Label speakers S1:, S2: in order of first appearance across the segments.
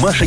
S1: Маша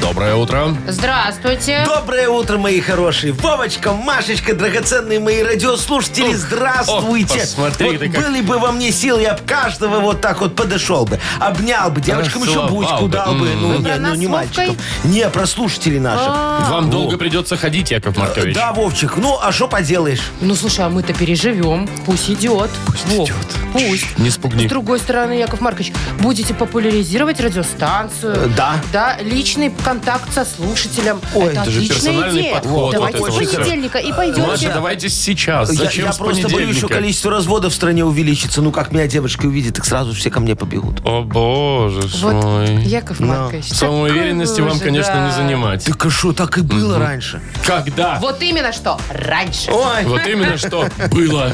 S2: Доброе утро.
S3: Здравствуйте.
S4: Доброе утро, мои хорошие. Вовочка, Машечка, драгоценные мои радиослушатели, здравствуйте.
S2: ох, посмотри
S4: Вот
S2: ты как.
S4: были бы во мне силы, я бы каждого вот так вот подошел бы, обнял бы, девочкам еще
S2: Расцеловал
S4: будь
S2: бы.
S4: дал бы.
S2: М.
S4: Ну,
S3: Вы
S4: не,
S3: про
S4: ну,
S3: нас
S4: не
S3: с Вовкой?
S4: мальчиков. Не, про слушателей наших.
S2: Вам долго придется ходить, Яков Маркович.
S4: Да, Вовчик, ну а что поделаешь?
S3: Ну, слушай, а мы-то переживем. Пусть идет. Пусть
S2: идет.
S3: Пусть.
S2: Не спугни.
S3: С другой стороны, Яков Маркович, будете популяризировать радиостанцию.
S4: Э, да.
S3: Да, личный контакт со слушателем.
S4: Ой,
S3: это,
S2: это же
S3: отличная
S2: персональный
S3: идея.
S2: подход. Вот
S3: Давайте
S2: это
S3: с
S2: вот всё.
S3: понедельника и
S2: Ладно,
S3: пойдете.
S2: давайте сейчас.
S4: Я-
S2: Зачем
S4: я
S2: с
S4: просто боюсь,
S2: понедельника?
S4: что количество разводов в стране увеличится. Ну как меня девочки увидят, так сразу все ко мне побегут.
S2: О боже ж
S3: Вот,
S2: мой.
S3: Яков Маркович.
S2: Самоуверенности
S3: такой
S2: вам,
S3: же,
S2: конечно,
S3: да.
S2: не занимать.
S4: Так а что, так и было раньше.
S2: Когда?
S3: Вот именно что. Раньше.
S4: Ой,
S2: Вот именно что было.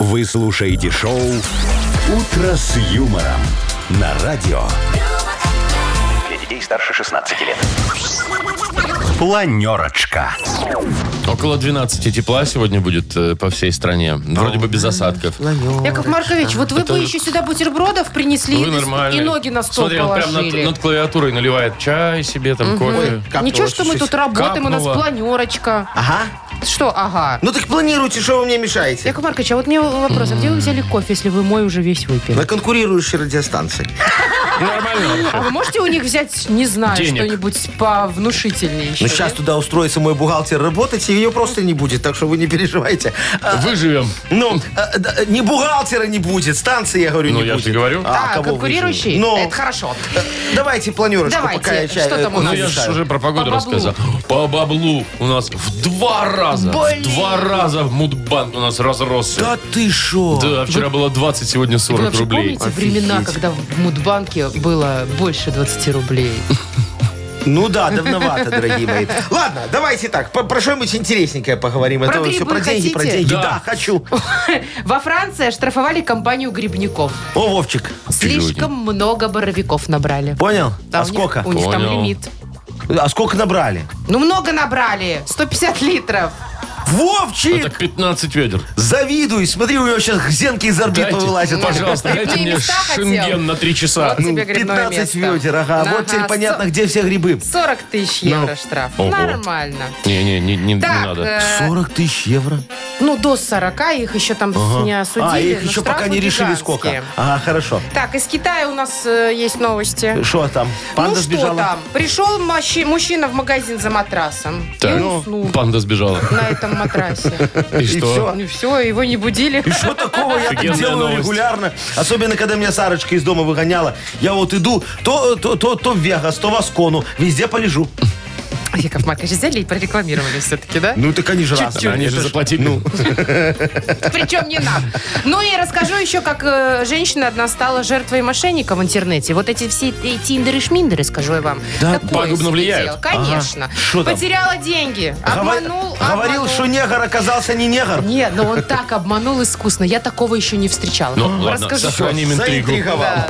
S1: Вы слушаете шоу «Утро с юмором» на радио. Для детей старше 16 лет. Планерочка.
S2: Около 12 тепла сегодня будет э, по всей стране. Вроде бы без осадков.
S3: Яков Маркович, вот вы бы еще сюда бутербродов принесли
S2: Вы
S3: и-
S2: нормальный.
S3: и ноги на стол
S2: Смотри, он прям над,
S3: положили.
S2: над клавиатурой наливает чай себе, там кофе.
S3: Ничего, что мы тут работаем, у нас
S2: Капнуло.
S3: планерочка.
S4: Ага.
S3: Что, ага.
S4: Ну так планируйте, что вы мне мешаете?
S3: Яков Маркович, а вот мне вопрос, а где вы взяли кофе, если вы мой уже весь выпили?
S4: На конкурирующей радиостанции.
S2: Нормально
S3: А
S2: вообще.
S3: вы можете у них взять, не знаю,
S2: Денег.
S3: что-нибудь повнушительнее еще?
S4: Ну, сейчас
S3: нет?
S4: туда устроится мой бухгалтер работать, и ее просто не будет, так что вы не переживайте. А,
S2: Выживем.
S4: Ну, а, да, не бухгалтера не будет, станции, я говорю,
S2: Ну,
S4: не
S2: я
S4: будет.
S2: же говорю.
S3: А,
S4: кого
S3: конкурирующий?
S4: выживем? Ну,
S3: Это хорошо.
S4: давайте планерочку,
S3: Давайте.
S4: пока я чай
S3: Что там у
S4: э,
S3: нас?
S2: Ну, я же
S4: размешаю.
S2: уже про погоду
S3: По баблу.
S2: рассказал. По баблу у нас в два раза, в
S3: Блин.
S2: два раза в Мудбанк у нас разросся.
S4: Да ты шо?
S2: Да, а вчера было 20, сегодня
S3: Вы
S2: 40
S3: вообще
S2: рублей.
S3: помните времена, когда в Мудбанке было больше 20 рублей?
S4: Ну да, давновато, дорогие мои. Ладно, давайте так, по- про что-нибудь интересненькое поговорим. а
S3: Про
S4: то вы всё
S3: грибы
S4: про деньги, про
S3: хотите?
S4: деньги.
S2: Да.
S4: Да, хочу.
S3: Во Франции оштрафовали компанию грибников.
S4: О, Вовчик,
S3: Слишком много боровиков набрали.
S4: понял?
S3: Да,
S4: А
S3: у них-
S4: сколько?
S3: У них там
S2: Понял.
S3: лимит.
S4: А сколько набрали?
S3: Ну, много набрали. 150 литров.
S4: Вовчик!
S2: Это 15 ведер.
S4: Завидуй, смотри, у него сейчас гзенки из орбит
S2: Дайте, Ну,
S4: вылазят.
S2: пожалуйста, дайте
S3: Прикольные
S2: мне
S3: места хотел.
S2: шенген на 3 часа.
S3: Вот А тебе грибное
S4: 15
S3: место.
S4: ведер, ага. Вот теперь
S3: Ага,
S4: понятно,
S3: со-
S4: где все грибы.
S3: 40 тысяч
S4: Ну,
S3: евро штраф.
S2: Ого.
S3: Нормально.
S2: Не-не, не, не, не
S3: Так,
S2: надо.
S3: э,
S4: 40 тысяч евро.
S3: ну до 40 их еще там не осудили.
S4: а, их
S3: но
S4: еще
S3: ну, штрафы
S4: пока не решили
S3: гигантские.
S4: сколько. Ага, хорошо.
S3: Так, из Китая у нас э, есть новости.
S4: Что там? Панда
S3: ну
S4: сбежала?
S3: что там? Пришел мощи- мужчина в магазин за матрасом
S2: Так,
S3: и
S4: Ну,
S3: уснул
S2: панда сбежала.
S3: на этом матрасе.
S2: И
S4: всё.
S2: что?
S3: Ну все, его не будили.
S4: И что такого я так
S2: Офигенная
S4: делаю
S2: новость.
S4: регулярно? Особенно, когда меня Сарочка из дома выгоняла. Я вот иду то, то, то, то в Вегас, то в Аскону. Везде полежу.
S3: Яков Маркович, взяли и прорекламировали все-таки, да?
S4: Ну так они же
S2: Чуть-чуть. Они же заплатили.
S3: ну, Причем не нам. Ну и расскажу еще, как э, женщина одна стала жертвой мошенника в интернете. Вот эти все и тиндеры-шминдеры, скажу я вам.
S4: Да,
S3: Такое
S2: пагубно
S3: себе
S2: влияют.
S3: дело. Конечно.
S4: Ага. Шо там?
S3: Потеряла деньги. Обманул.
S4: Говорил,
S3: обманул.
S4: что негр оказался не негр.
S3: Нет, но он так обманул искусно. Я такого еще не встречала.
S2: Ну,
S3: Вам
S2: ладно,
S3: расскажу.
S2: сохраним интригу.
S4: Заинтриговал.
S3: Да.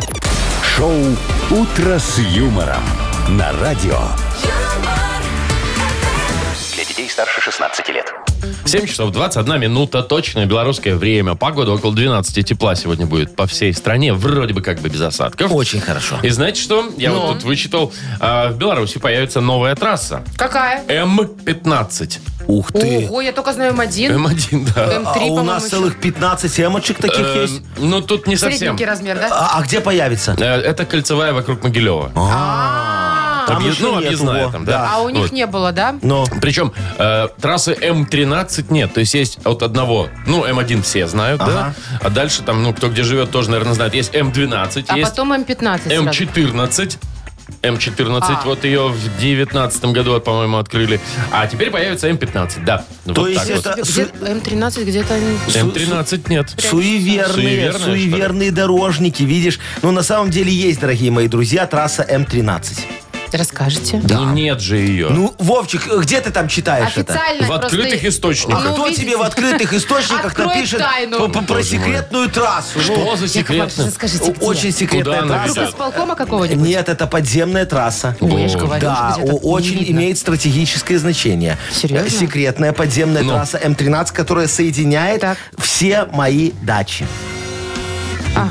S1: Шоу «Утро с юмором» на радио. Для детей старше 16 лет.
S2: 7 часов 21 минута, точное белорусское время. Погода около 12 тепла сегодня будет по всей стране, вроде бы как бы без осадков.
S4: Очень хорошо.
S2: И знаете что? Я вот
S3: Ну.
S2: тут вычитал, а, в Беларуси появится новая трасса.
S3: Какая?
S2: М-15.
S4: Ух ты.
S3: Ого, я только знаю М1.
S2: М1, да.
S3: М3,
S4: А у
S3: по-моему,
S4: нас
S3: еще.
S4: целых 15 эмочек таких
S2: Э,
S4: есть.
S2: Ну, тут не совсем.
S3: Средненький размер, да?
S4: А, а где появится?
S2: Э, Это кольцевая вокруг Могилева.
S3: А,
S4: Там
S2: Объ-
S4: еще
S2: ну,
S4: нет
S2: объездная
S4: его.
S2: там, да.
S3: а у них
S2: Вот.
S3: не было, да?
S4: Но
S2: Причем э, трассы М13 нет. То есть есть от одного, ну, М1 все знают, да? А дальше там, ну, кто где живет, тоже, наверное, знает. Есть М12,
S3: А
S2: есть
S3: потом М15. сразу.
S2: М14. М14,
S3: А.
S2: вот ее в 19 году, вот, по-моему, открыли. А теперь появится М15, да.
S4: То
S2: Вот
S4: есть
S2: так
S4: это
S3: Где- М13 где-то... они-
S2: вот. М13 нет. Суеверные,
S4: Суеверные,
S2: что ли?
S4: суеверные дорожники, видишь? Ну, на самом деле есть, дорогие мои друзья, трасса М13.
S3: Расскажете.
S2: Ну, нет же ее.
S4: Ну, Вовчик, где ты там читаешь это?
S3: А Официально
S2: В
S3: просто-
S2: открытых источниках.
S4: А
S3: Ну,
S4: кто
S3: видите.
S4: тебе в открытых источниках
S3: Открой
S4: напишет
S3: тайну.
S4: по- по- про
S2: Боже мой.
S4: секретную
S2: Что
S4: трассу?
S2: за
S3: Яков Маркович,
S2: секретно?
S3: расскажите,
S4: Ну,
S3: где?
S4: Очень секретная
S2: Куда она
S4: трасса.
S2: ведет?
S3: Исполкома какого-нибудь?
S4: Нет, это подземная трасса.
S3: Ну, я же
S2: Боже.
S3: говорю,
S4: Да,
S3: что
S4: о-
S3: где-то
S4: очень
S3: не видно.
S4: имеет стратегическое значение.
S3: Серьезно?
S4: Э, Секретная подземная
S2: Ну.
S4: трасса М13, которая соединяет
S3: Так.
S4: все мои дачи.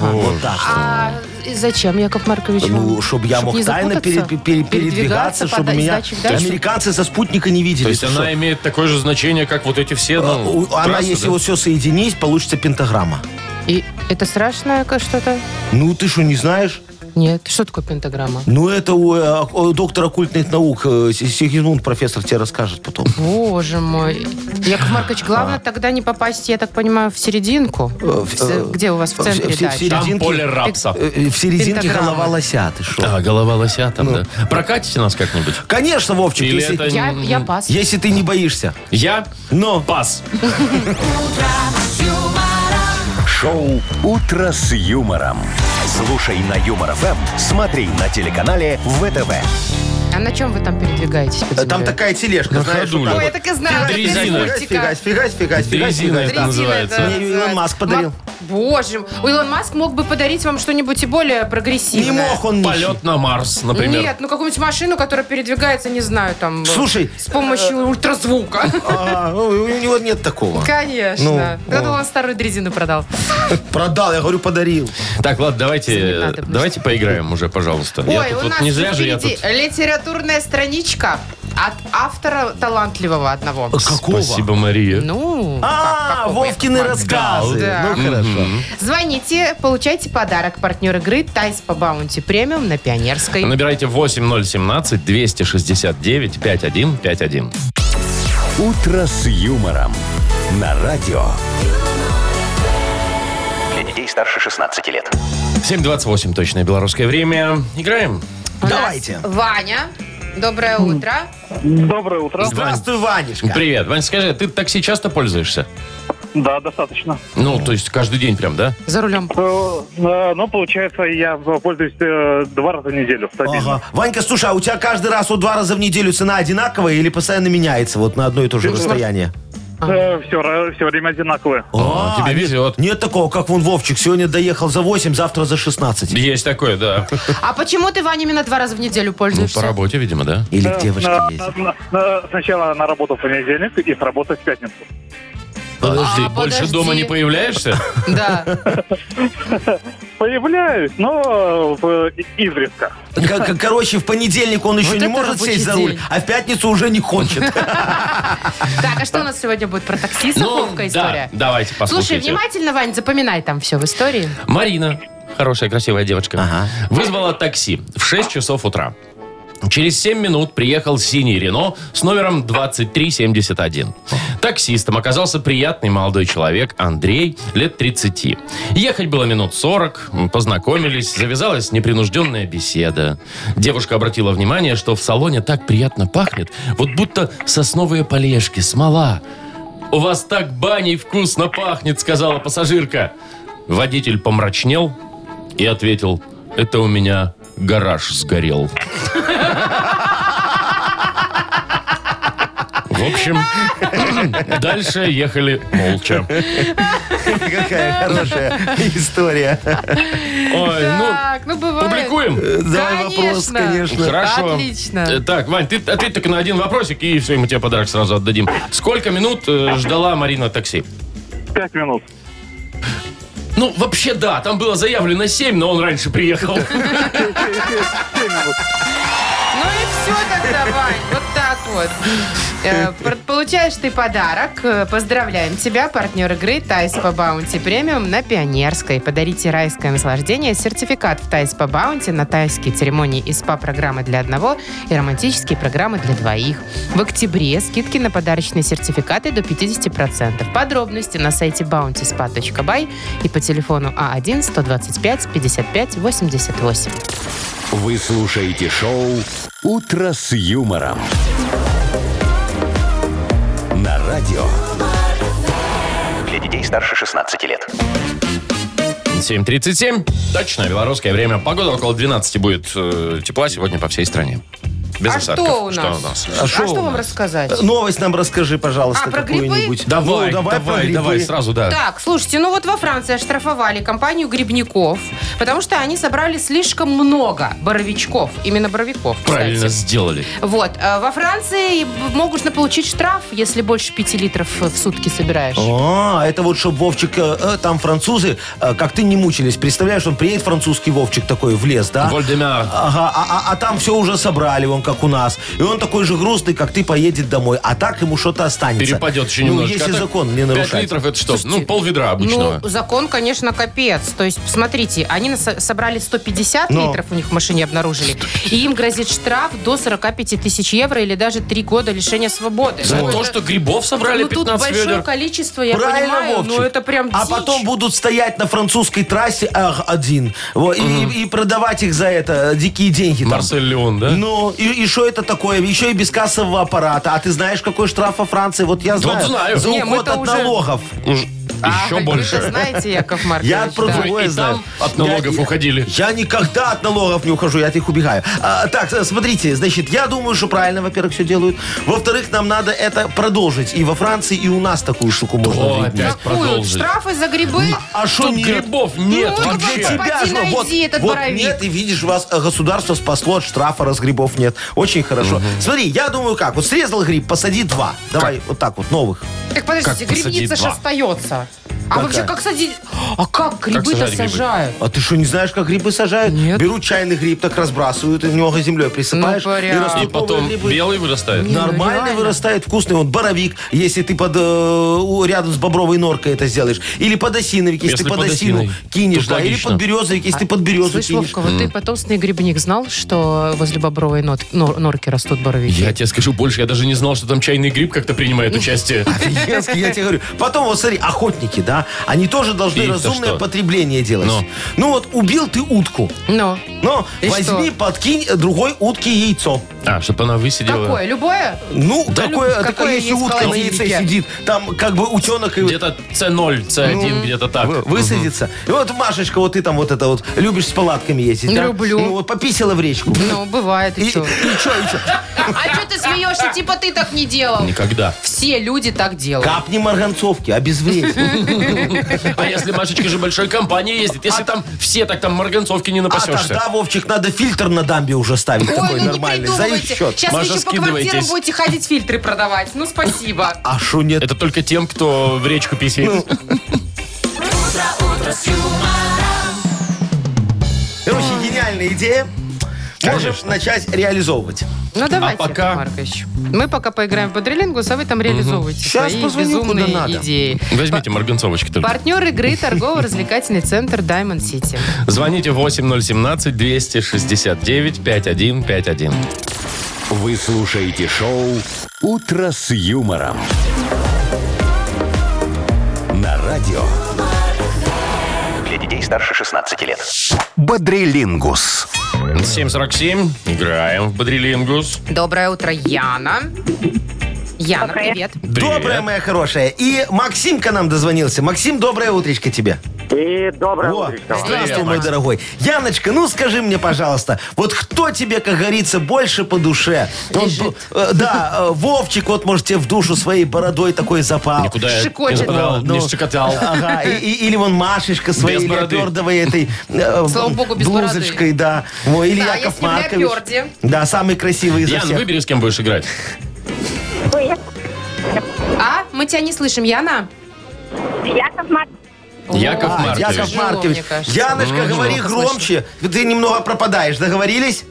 S4: Вот так.
S3: А и зачем, Яков Маркович?
S4: Ну,
S3: вам?
S4: чтобы я
S3: Чтоб
S4: мог
S3: не
S4: тайно пере-
S3: запутаться?
S4: пере- пере- передвигаться, чтобы
S3: пода-
S4: меня
S3: издачи в дачу?
S4: американцы со спутника не видели.
S2: То есть
S4: Ты
S2: она
S4: что?
S2: имеет такое же значение, как вот эти все,
S4: А,
S2: ну,
S4: у- Она,
S2: трассы,
S4: если
S2: да?
S4: вот все соединить, получится пентаграмма.
S3: И это страшное ка- что-то?
S4: Ну, ты что, не знаешь?
S3: Нет. Что такое пентаграмма?
S4: Ну, это у э, о- доктора культных наук э, Си- Сигизмунд, профессор, тебе расскажет потом.
S3: Боже мой. Яков Маркович,
S4: А.
S3: главное тогда не попасть, я так понимаю, в серединку.
S4: Э, в-
S3: В се- Где у вас в
S4: в-
S3: центре
S4: в- в
S3: дача?
S4: серединке.
S2: Там
S4: Резинки.
S2: поле рапса.
S4: Э, В серединке
S3: Пентаграмма.
S4: голова лося, ты что?
S2: А, голова лося там, да. Прокатите нас как-нибудь?
S4: Конечно, Вовчик,
S2: Или
S4: если,
S2: это-
S3: Я, я пас.
S4: если ты не боишься.
S2: Я
S4: Но
S2: пас.
S1: Шоу «Утро с юмором». Слушай на Юмор ФМ, смотри на телеканале ВТВ.
S3: А на чем вы там передвигаетесь? под
S4: э, там
S3: землей?
S4: такая тележка,
S2: На
S4: знаешь,
S2: ходуле.
S4: вот
S3: Ой, я
S4: так
S3: так и знала. это из
S2: Дрезина.
S4: вот.
S3: мультика.
S4: Фигась, фигась, фигась, фигась,
S2: Дрезина
S4: фигась.
S2: это
S3: Дрезина
S2: называется.
S3: это
S4: Мне Илон
S3: называется.
S4: Маск подарил.
S3: Ма- Боже, мой. Илон Маск мог бы подарить вам что-нибудь и более
S4: Не
S3: прогрессивное.
S4: мог он нищий.
S2: Полет на Марс, например.
S3: Нет, ну какую-нибудь машину, которая передвигается, не знаю, там... э,
S4: Слушай,
S3: С помощью ультразвука.
S4: А, ну, у него нет такого. Ну,
S3: Конечно.
S4: о.
S3: Кто-то вам старую дрезину продал.
S4: Продал, я говорю, подарил.
S2: Так, ладно,
S3: Не
S2: давайте, э,
S3: надо, потому
S2: давайте поиграем уже, пожалуйста. я
S3: Ой,
S2: тут
S3: у
S2: вот
S3: нас
S2: не зря же я
S3: впереди
S2: тут...
S3: литературная страничка от автора талантливого одного.
S2: Э,
S4: Какого?
S2: Спасибо, Мария.
S3: Ну, как-
S4: А,
S3: какого
S4: Вовкины
S3: Яков Маркович?
S4: рассказы.
S3: Да.
S4: Ну, хорошо.
S3: Звоните, получайте подарок. Партнер игры Тайс по Баунти Премиум на Пионерской.
S2: Набирайте 8017-269-5151.
S1: «Утро с юмором» на радио.
S5: Для детей старше 16 лет.
S2: 7.28 точное белорусское время. Играем?
S3: У нас
S4: Давайте.
S3: Ваня, доброе утро.
S6: Доброе утро.
S4: Здравствуй, Ванюшка.
S2: Привет. Вань, скажи, ты такси часто пользуешься?
S6: Да, достаточно.
S2: Ну, то есть каждый день прям, да?
S3: За рулем.
S6: Но э, ну, получается, я пользуюсь э, два раза в неделю. стабильно.
S4: Ага. Ванька, слушай, а у тебя каждый раз вот два раза в неделю цена одинаковая или постоянно меняется вот на одно и то же расстояние?
S6: Э, Все, все время одинаковые.
S2: О, А, тебе
S4: нет-
S2: везет.
S4: Нет такого, как вон Вовчик. Сегодня доехал за 8, завтра за 16.
S2: Есть такое, да.
S3: А почему ты, Ваня, именно два раза в неделю
S2: Ну,
S3: пользуешься?
S2: по работе, видимо, да?
S4: Или
S6: Э,
S4: к девушке
S6: на-
S4: ездит.
S6: на- на- Сначала на работу в понедельник и с работы в пятницу.
S2: Подожди,
S3: А,
S2: больше
S3: подожди.
S2: дома не появляешься?
S3: Да.
S6: Появляюсь, но э, изредка.
S4: К- к- Короче, в понедельник он еще
S3: Вот
S4: не
S3: это
S4: может
S3: рабочий
S4: сесть за руль,
S3: день.
S4: а в пятницу уже не хочет.
S3: Так, а что у нас сегодня будет про такси? Совковка
S2: Ну, да,
S3: история.
S2: давайте
S3: Слушай,
S2: послушайте.
S3: внимательно, Вань, запоминай там все в истории.
S2: Марина, хорошая, красивая девочка,
S4: Ага.
S2: вызвала такси в 6 часов утра. Через 7 минут приехал синий Рено с номером 2371. Таксистом оказался приятный молодой человек Андрей, лет 30. Ехать было минут 40, м, познакомились, завязалась непринужденная беседа. Девушка обратила внимание, что в салоне так приятно пахнет, вот будто сосновые полежки, смола. «У вас так баней вкусно пахнет», — сказала пассажирка. Водитель помрачнел и ответил, «Это у меня гараж сгорел». В общем, дальше ехали молча.
S4: Какая хорошая история.
S2: Ой, ну,
S3: Так, ну бывает.
S2: публикуем.
S4: Давай вопрос, конечно.
S2: Хорошо.
S3: Отлично.
S2: Э, Так, Вань, ты ответь только на один вопросик, и все, и мы тебе подарок сразу отдадим. Сколько минут э, ждала Марина такси?
S6: Пять минут.
S2: Ну, вообще, да, там было заявлено 7, но он раньше приехал.
S6: Семь минут.
S3: Ну и все тогда, Вань, вот так вот. Э, пр- Получаешь ты подарок. Э, Поздравляем тебя, партнер игры Тайс по Баунти Премиум на Пионерской. Подарите райское наслаждение, сертификат в Тайс по Баунти на тайские церемонии и СПА-программы для одного и романтические программы для двоих. В октябре скидки на подарочные сертификаты до 50%. Подробности на сайте bountyspa.by и по телефону А А1 125 55 88.
S1: Вы слушаете шоу «Утро с юмором». На радио.
S5: Для детей старше 16 лет.
S2: 7.37. Точно, белорусское время. Погода около 12 будет э, тепла сегодня по всей стране. без
S3: а
S2: осадков.
S3: что у нас? А, что,
S4: шо у
S3: вам
S4: нас? Ну,
S3: рассказать?
S4: Новость нам расскажи, пожалуйста,
S3: А, про грибы?
S4: какую-нибудь.
S2: Давай,
S4: Ну,
S2: давай,
S4: про
S2: давай,
S4: грибы.
S2: сразу, да.
S3: Так, слушайте, ну вот во Франции оштрафовали компанию грибников, потому что они собрали слишком много боровичков. Именно боровиков, кстати.
S2: Правильно сделали.
S3: Вот. а Во Франции могут получить штраф, если больше 5 литров в сутки собираешь.
S4: А, это вот, чтобы Вовчик, э, э, там французы, э, как ты не мучились. Представляешь, он приедет, французский Вовчик такой, в лес, да?
S2: Вольдемар.
S4: Ага, а, а- а там все уже собрали, он как у нас. И он такой же грустный, как ты, поедет домой. А так ему что-то останется.
S2: Перепадет еще
S4: ну,
S2: немножечко.
S4: если
S2: А так
S4: закон не
S2: пять
S4: нарушать.
S2: литров это что?
S3: Слушайте,
S2: ну, пол ведра обычного.
S3: Ну, закон, конечно, капец. То есть, смотрите, они нас- собрали 150
S4: Но.
S3: литров, у них в машине обнаружили. И им грозит штраф до 45 тысяч евро или даже 3 года лишения свободы.
S2: За
S3: Ну,
S2: то,
S3: это-
S2: что грибов собрали
S3: ну, тут
S2: 15
S3: большое
S2: ведер.
S3: количество, я
S4: Правильно,
S3: понимаю,
S4: Вовчик.
S3: но это прям
S4: А
S3: дичь.
S4: потом будут стоять на французской трассе ах, один Во, и- и, и продавать их за это э, дикие деньги. там.
S2: Марсель Леон, да?
S4: Ну, и что это такое? Еще и без кассового аппарата. А ты знаешь, какой штраф во Франции? Вот я знаю.
S2: знаю.
S4: За
S3: Не,
S4: уход
S3: мы-то
S4: от
S3: уже-
S4: налогов.
S2: Уж
S3: А,
S2: еще
S3: вы это
S2: больше.
S3: знаете, Яков Маркович,
S4: Я про
S3: да.
S4: другое
S2: и
S4: знаю.
S2: там от налогов
S4: Я-
S2: уходили.
S4: Я никогда от налогов не ухожу, я от них убегаю. А, так, э, смотрите, значит, я думаю, что правильно, во-первых, все делают. Во-вторых, нам надо это продолжить. И во Франции, и у нас такую штуку
S2: О,
S4: можно
S2: опять.
S4: внедрить.
S3: Какую?
S2: продолжили.
S3: Штрафы за грибы?
S4: А что
S2: Тут
S4: нет?
S2: грибов нет
S3: Ну,
S2: вообще.
S3: это
S4: Тебя
S3: Поди
S4: же,
S3: найди
S4: вот,
S3: этот
S4: вот
S3: боровик.
S4: нет, и видишь, вас э, государство спасло от штрафа, раз грибов нет. Очень хорошо. Смотри, я думаю, как, вот срезал гриб, посади два. Давай, вот так вот, новых.
S3: Так подождите,
S2: Как посадить
S3: грибница же
S2: два?
S3: остается. А
S4: Какая?
S3: вообще, как садить? А как грибы-то
S2: сажать грибы?
S3: сажают?
S4: А ты что, не знаешь, как грибы сажают?
S3: Нет.
S4: Берут чайный гриб, так разбрасывают, и немного землей присыпаешь,
S3: Ну,
S4: и
S3: порядок.
S2: И
S4: растут
S2: А потом
S4: новые грибы.
S2: белый вырастает.
S3: Не, ну
S4: Нормально
S3: реально.
S4: вырастает вкусный. Вот боровик, если ты под, э, у- рядом с бобровой норкой это сделаешь. Или под осиновик, если,
S2: Если
S4: ты под,
S2: под
S4: осину
S2: осиной,
S4: кинешь.
S2: тут
S4: Да, или
S2: логично.
S4: под березовик, если ты под березу
S3: А, Слышь,
S4: кинешь.
S3: Вовка, вот ты потомственный грибник знал, что возле бобровой нот- нор- норки растут боровики?
S2: Я тебе скажу больше, я даже не знал, что там чайный гриб как-то
S3: Ну.
S2: принимает участие.
S4: Офигенски, я тебе говорю. Потом, вот смотри, охотники, да, они тоже должны
S2: И-то
S4: разумное
S2: что?
S4: потребление делать.
S2: Ну.
S4: Ну вот, убил ты утку.
S3: Ну,
S4: Но
S3: И
S4: возьми,
S3: что?
S4: подкинь э, другой утке яйцо.
S2: А, чтобы она высидела.
S3: какое? Любое?
S4: Ну,
S3: Да
S4: какое,
S3: люб- какое
S4: такое, если
S3: есть в
S4: утка на яйце
S3: холодильнике.
S4: сидит, там как бы утенок и
S2: Где-то С0, С1, где-то так.
S4: Ну, вы- высадится. И вот, Машечка, вот ты там вот это вот любишь с палатками ездить, да?
S3: Люблю.
S4: Ну, вот пописала в речку.
S3: Ну, бывает
S4: И,
S3: и
S4: и чё,
S3: что.
S4: и чё?
S3: А что ты смеешься? Типа ты так не делал.
S2: Никогда.
S3: Все люди так делают.
S4: Капни марганцовки, обезвредь.
S2: А если Машечка же большой компания ездит, если там все так там марганцовки не
S4: А
S2: напасешься.
S4: тогда, Вовчик, надо фильтр на дамбе уже ставить такой
S3: Ой, ну не
S4: нормальный. За их
S3: придумывайте.
S4: счет.
S3: Сейчас вы
S2: Маша,
S3: еще по квартирам
S2: скидывайтесь.
S3: будете ходить фильтры продавать. Ну, спасибо.
S4: А шо нет?
S2: Это только тем, кто в речку писает.
S4: Ну, Короче, гениальная идея. Можем
S2: Конечно.
S4: начать реализовывать.
S3: Ну, давайте,
S2: пока-
S3: Яков Маркович. Мы пока поиграем в бодрелингус, а вы там реализовывайте
S4: Щас
S3: свои
S4: позвоню,
S3: безумные
S4: куда надо.
S3: идеи.
S2: Возьмите марганцовочки только.
S3: Партнер игры торгово-развлекательный центр Diamond City.
S2: Звоните 8017-269-5151.
S1: Вы слушаете шоу «Утро с юмором». На радио
S5: Для детей старше 16 лет.
S1: «Бодрилингус».
S2: 747. Играем в Бодрилингус.
S3: Доброе утро, Яна. Яна, привет.
S2: Привет.
S4: Добрая моя хорошая. И Максимка нам дозвонился. Максим, доброе утречко тебе.
S6: И доброе
S4: Во,
S6: утречко вам.
S4: здравствуй,
S2: Привет,
S4: мой
S2: Макс.
S4: дорогой. Яночка, ну скажи мне, пожалуйста, вот кто тебе, как говорится, больше по душе? Он
S3: Лежит.
S4: бу- э, да, э, Вовчик, вот, может, тебе в душу своей бородой такой запал.
S2: Никуда я не
S3: Щекочет.
S2: западал,
S4: Ну,
S2: не щекотал.
S4: Ага, и- и- или вон Машечка своей
S2: бороды.
S4: леопердовой этой э,
S3: Слава богу, без бороды.
S4: блузочкой, да. Ой, или
S3: Да,
S4: Яков
S3: если в
S4: Маркович.
S3: леоперде.
S4: Да, самый красивый из
S2: Ян,
S4: всех.
S2: выбери, с кем будешь играть.
S3: А, мы тебя не слышим, Яна.
S7: Яков Марк-
S2: Яков
S4: А,
S2: Маркович. Ну,
S4: Яков
S3: Тяжело,
S4: Маркович.
S3: мне кажется.
S4: Яночка, говори
S3: Плохо
S4: громче. Ты немного пропадаешь, договорились?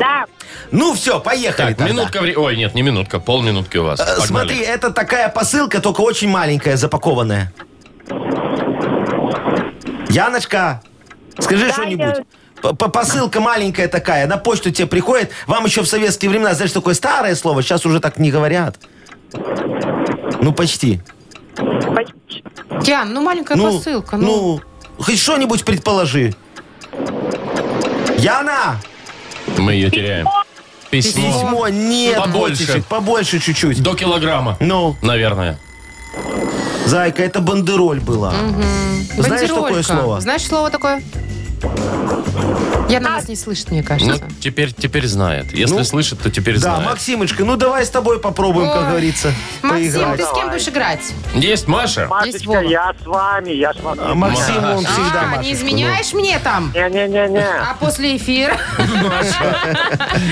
S7: Да,
S4: Ну все, поехали.
S2: Так,
S4: тогда.
S2: минутка времени. Ой, нет, не минутка, полминутки у вас.
S4: Э,
S2: Погнали.
S4: Смотри, это такая посылка, только очень маленькая, запакованная. Яночка, скажи
S7: Да,
S4: что-нибудь.
S7: я-
S4: П- п- Посылка маленькая такая, на почту тебе приходит. Вам еще в советские времена, знаешь, такое старое слово, сейчас уже так не говорят. Ну, почти.
S7: почти.
S3: Ян, ну маленькая посылка. Ну,
S4: ну, хоть что-нибудь предположи. Яна!
S2: Мы ее теряем. Письмо.
S4: Письмо нет.
S2: Побольше.
S4: Вотичек, побольше чуть-чуть.
S2: До килограмма.
S4: Ну,
S2: Наверное.
S4: зайка, это бандероль была. ну, Знаешь
S3: бандеролька.
S4: такое слово?
S3: Знаешь слово такое? Я нас не слышит, мне
S2: Ну,
S3: кажется.
S2: теперь, теперь знает. Если
S4: Ну,
S2: слышит, то теперь
S4: Да,
S2: знает.
S4: Максимочка, ну давай с тобой попробуем,
S3: Ой.
S4: как говорится,
S3: Максим,
S4: Ну, поиграть.
S3: ты с кем будешь играть?
S2: Есть Маша?
S3: Есть Вова.
S8: Машечка, я с вами, я с
S4: А
S8: вами.
S4: Максим, он
S2: Маша.
S4: всегда ну.
S3: а, не
S4: Машечку,
S3: изменяешь мне там?
S8: Не-не-не-не.
S3: А после эфира?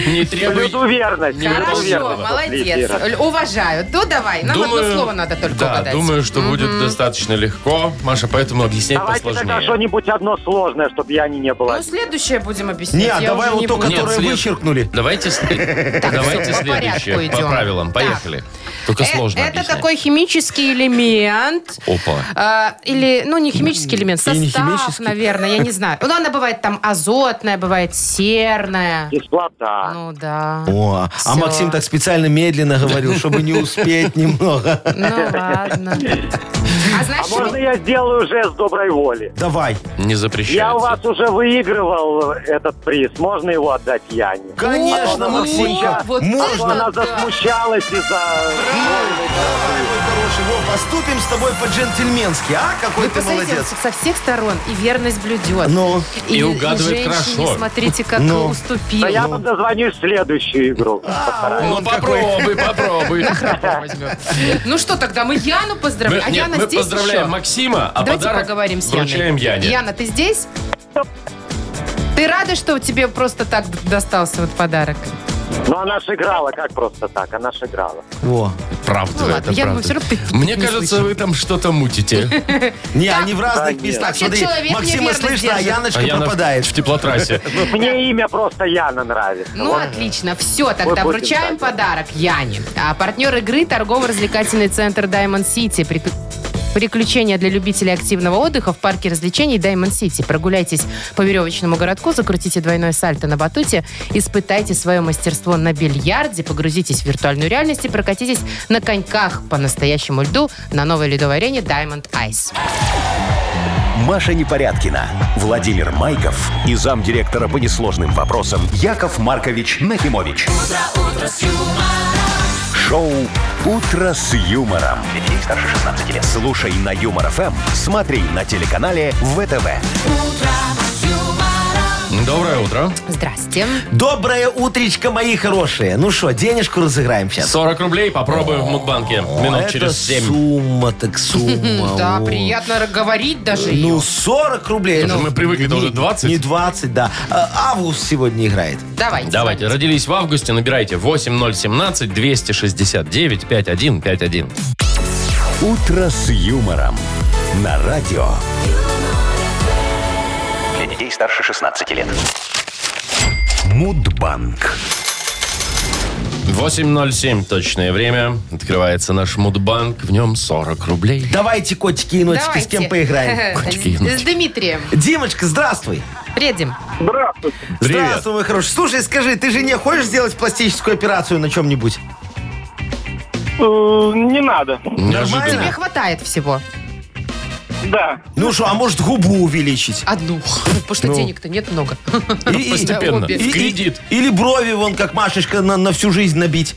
S2: Не требуй...
S8: Люблю верность. люблю
S3: Хорошо,
S8: верность.
S3: молодец. Л- Уважаю. Ну, давай. Нам одно слово надо только
S2: да,
S3: угадать.
S2: думаю, что будет достаточно легко. Маша, поэтому объяснять
S8: Давайте тогда
S2: посложнее.
S8: что-нибудь одно сложное, чтобы я не, не была.
S3: Ну, следующее будем объяснять.
S4: Нет,
S3: Я
S4: а давай
S3: уже
S4: вот
S3: не
S4: то,
S3: буду.
S2: Нет,
S4: которое
S2: след-
S4: вычеркнули.
S2: Давайте, с- давайте
S3: всё, по порядку
S2: следующее. По
S3: идем.
S2: правилам. Поехали. Только
S3: Э,
S2: сложно
S3: Это
S2: объяснять.
S3: такой химический элемент.
S2: Опа.
S3: Э, Или, ну, не химический элемент,
S4: И не
S3: состав,
S4: химический.
S3: наверное, я не знаю. Ну, она бывает там азотная, бывает серная.
S8: Бесплата.
S3: Ну, да.
S4: О,
S3: Всё.
S4: а Максим так специально медленно говорил, чтобы не успеть немного.
S3: Ну, ладно. А
S8: А
S3: знаешь,
S8: можно я сделаю жест доброй воли?
S4: Давай.
S2: Не запрещается.
S8: Я у вас уже выигрывал этот приз. Можно его отдать Яне?
S4: Конечно,
S8: О,
S4: Максимка.
S8: Максимка,
S3: вот
S8: А то
S4: Можно.
S8: она
S3: да.
S8: засмущалась из-за...
S4: Давай, мой хороший, Во, поступим с тобой по-джентльменски, а? Какой
S3: Вы
S4: ты
S3: посмотрите,
S4: молодец.
S3: со всех сторон и верность блюдет.
S4: Ну,
S2: И угадывает
S3: женщине,
S2: хорошо.
S3: смотрите, как
S4: Ну.
S3: уступил.
S8: Да я вам дозвонюсь в следующую игру. Постараюсь.
S2: Ну,
S4: он
S2: попробуй, попробуй.
S3: Ну что тогда, мы Яну
S2: Мы,
S3: поздравляем. А
S2: нет,
S3: Яна
S2: мы
S3: здесь
S2: поздравляем
S3: еще?
S2: Максима, а
S3: Давайте
S2: подарок
S3: поговорим с Яной.
S2: вручаем Яне.
S3: Яна, ты здесь? Ты рада, что тебе просто так д- достался вот подарок?
S8: Но она ж играла, как просто так? Она ж играла.
S4: во.
S2: Правда,
S3: Ну ладно,
S2: это
S3: я
S2: правда.
S3: думаю, всё равно ты- ты
S2: Мне
S3: не
S2: кажется, вы там что-то мутите.
S4: Не, они в разных
S8: нет.
S4: местах.
S3: Вообще
S4: Смотри,
S3: человек
S4: Максима
S3: неверно
S4: слышно, а
S3: держит.
S2: А
S4: Яночка
S2: Яна в-
S4: пропадает.
S2: в теплотрассе.
S8: Мне имя просто Яна нравится.
S3: Ну, отлично. Все, тогда
S8: будем
S3: вручаем
S8: так.
S3: подарок Яне. А партнер игры – торгово-развлекательный центр Diamond City. При- Приключения для любителей активного отдыха в парке развлечений Diamond City. Прогуляйтесь по веревочному городку, закрутите двойное сальто на батуте, испытайте свое мастерство на бильярде, погрузитесь в виртуальную реальность и прокатитесь на коньках по настоящему льду на новой ледовой арене Diamond Ice.
S1: Маша Непорядкина, Владимир Майков и замдиректора по несложным вопросам Яков Маркович Нахимович. Шоу Утро с юмором. Для детей старше 16 лет. Слушай на юмор ФМ, смотри на телеканале ВТВ.
S2: Доброе утро.
S3: Здрасте.
S4: Доброе утречко, мои хорошие. Ну что, денежку разыграем сейчас.
S2: 40 рублей попробуем в Мудбанке.
S4: О,
S2: Минут
S4: это
S2: через 7.
S4: сумма так сумма.
S3: Да,
S4: О.
S3: приятно говорить даже.
S4: Ну, 40 рублей.
S2: Это же
S4: Ну,
S2: мы привыкли, это
S4: не-
S2: уже 20.
S4: Не 20, да. А, Август сегодня играет.
S3: Давайте.
S2: Давайте, родились в августе, набирайте 8017 269 5151.
S1: Утро с юмором. На радио.
S5: Для детей старше 16 лет.
S1: Мудбанк.
S2: 8.07 точное время. Открывается наш Мудбанк. В нем 40 рублей.
S4: Давайте, котики и ночики, с кем
S3: Давайте.
S4: поиграем?
S2: Котики и ночки.
S3: С Дмитрием.
S4: Димочка, здравствуй.
S3: Предим.
S2: Привет.
S4: Здравствуй, мой хороший. Слушай, скажи, ты жене хочешь сделать пластическую операцию на чем-нибудь?
S6: Не надо.
S3: Тебе
S4: Нормально?
S3: хватает всего.
S6: Да.
S4: Ну что, а может губу увеличить?
S3: Одну. Потому что денег-то нет много.
S4: И- и-
S2: Постепенно.
S3: обе.
S2: В кредит.
S4: Или брови вон, как Машечка, на, на всю жизнь набить.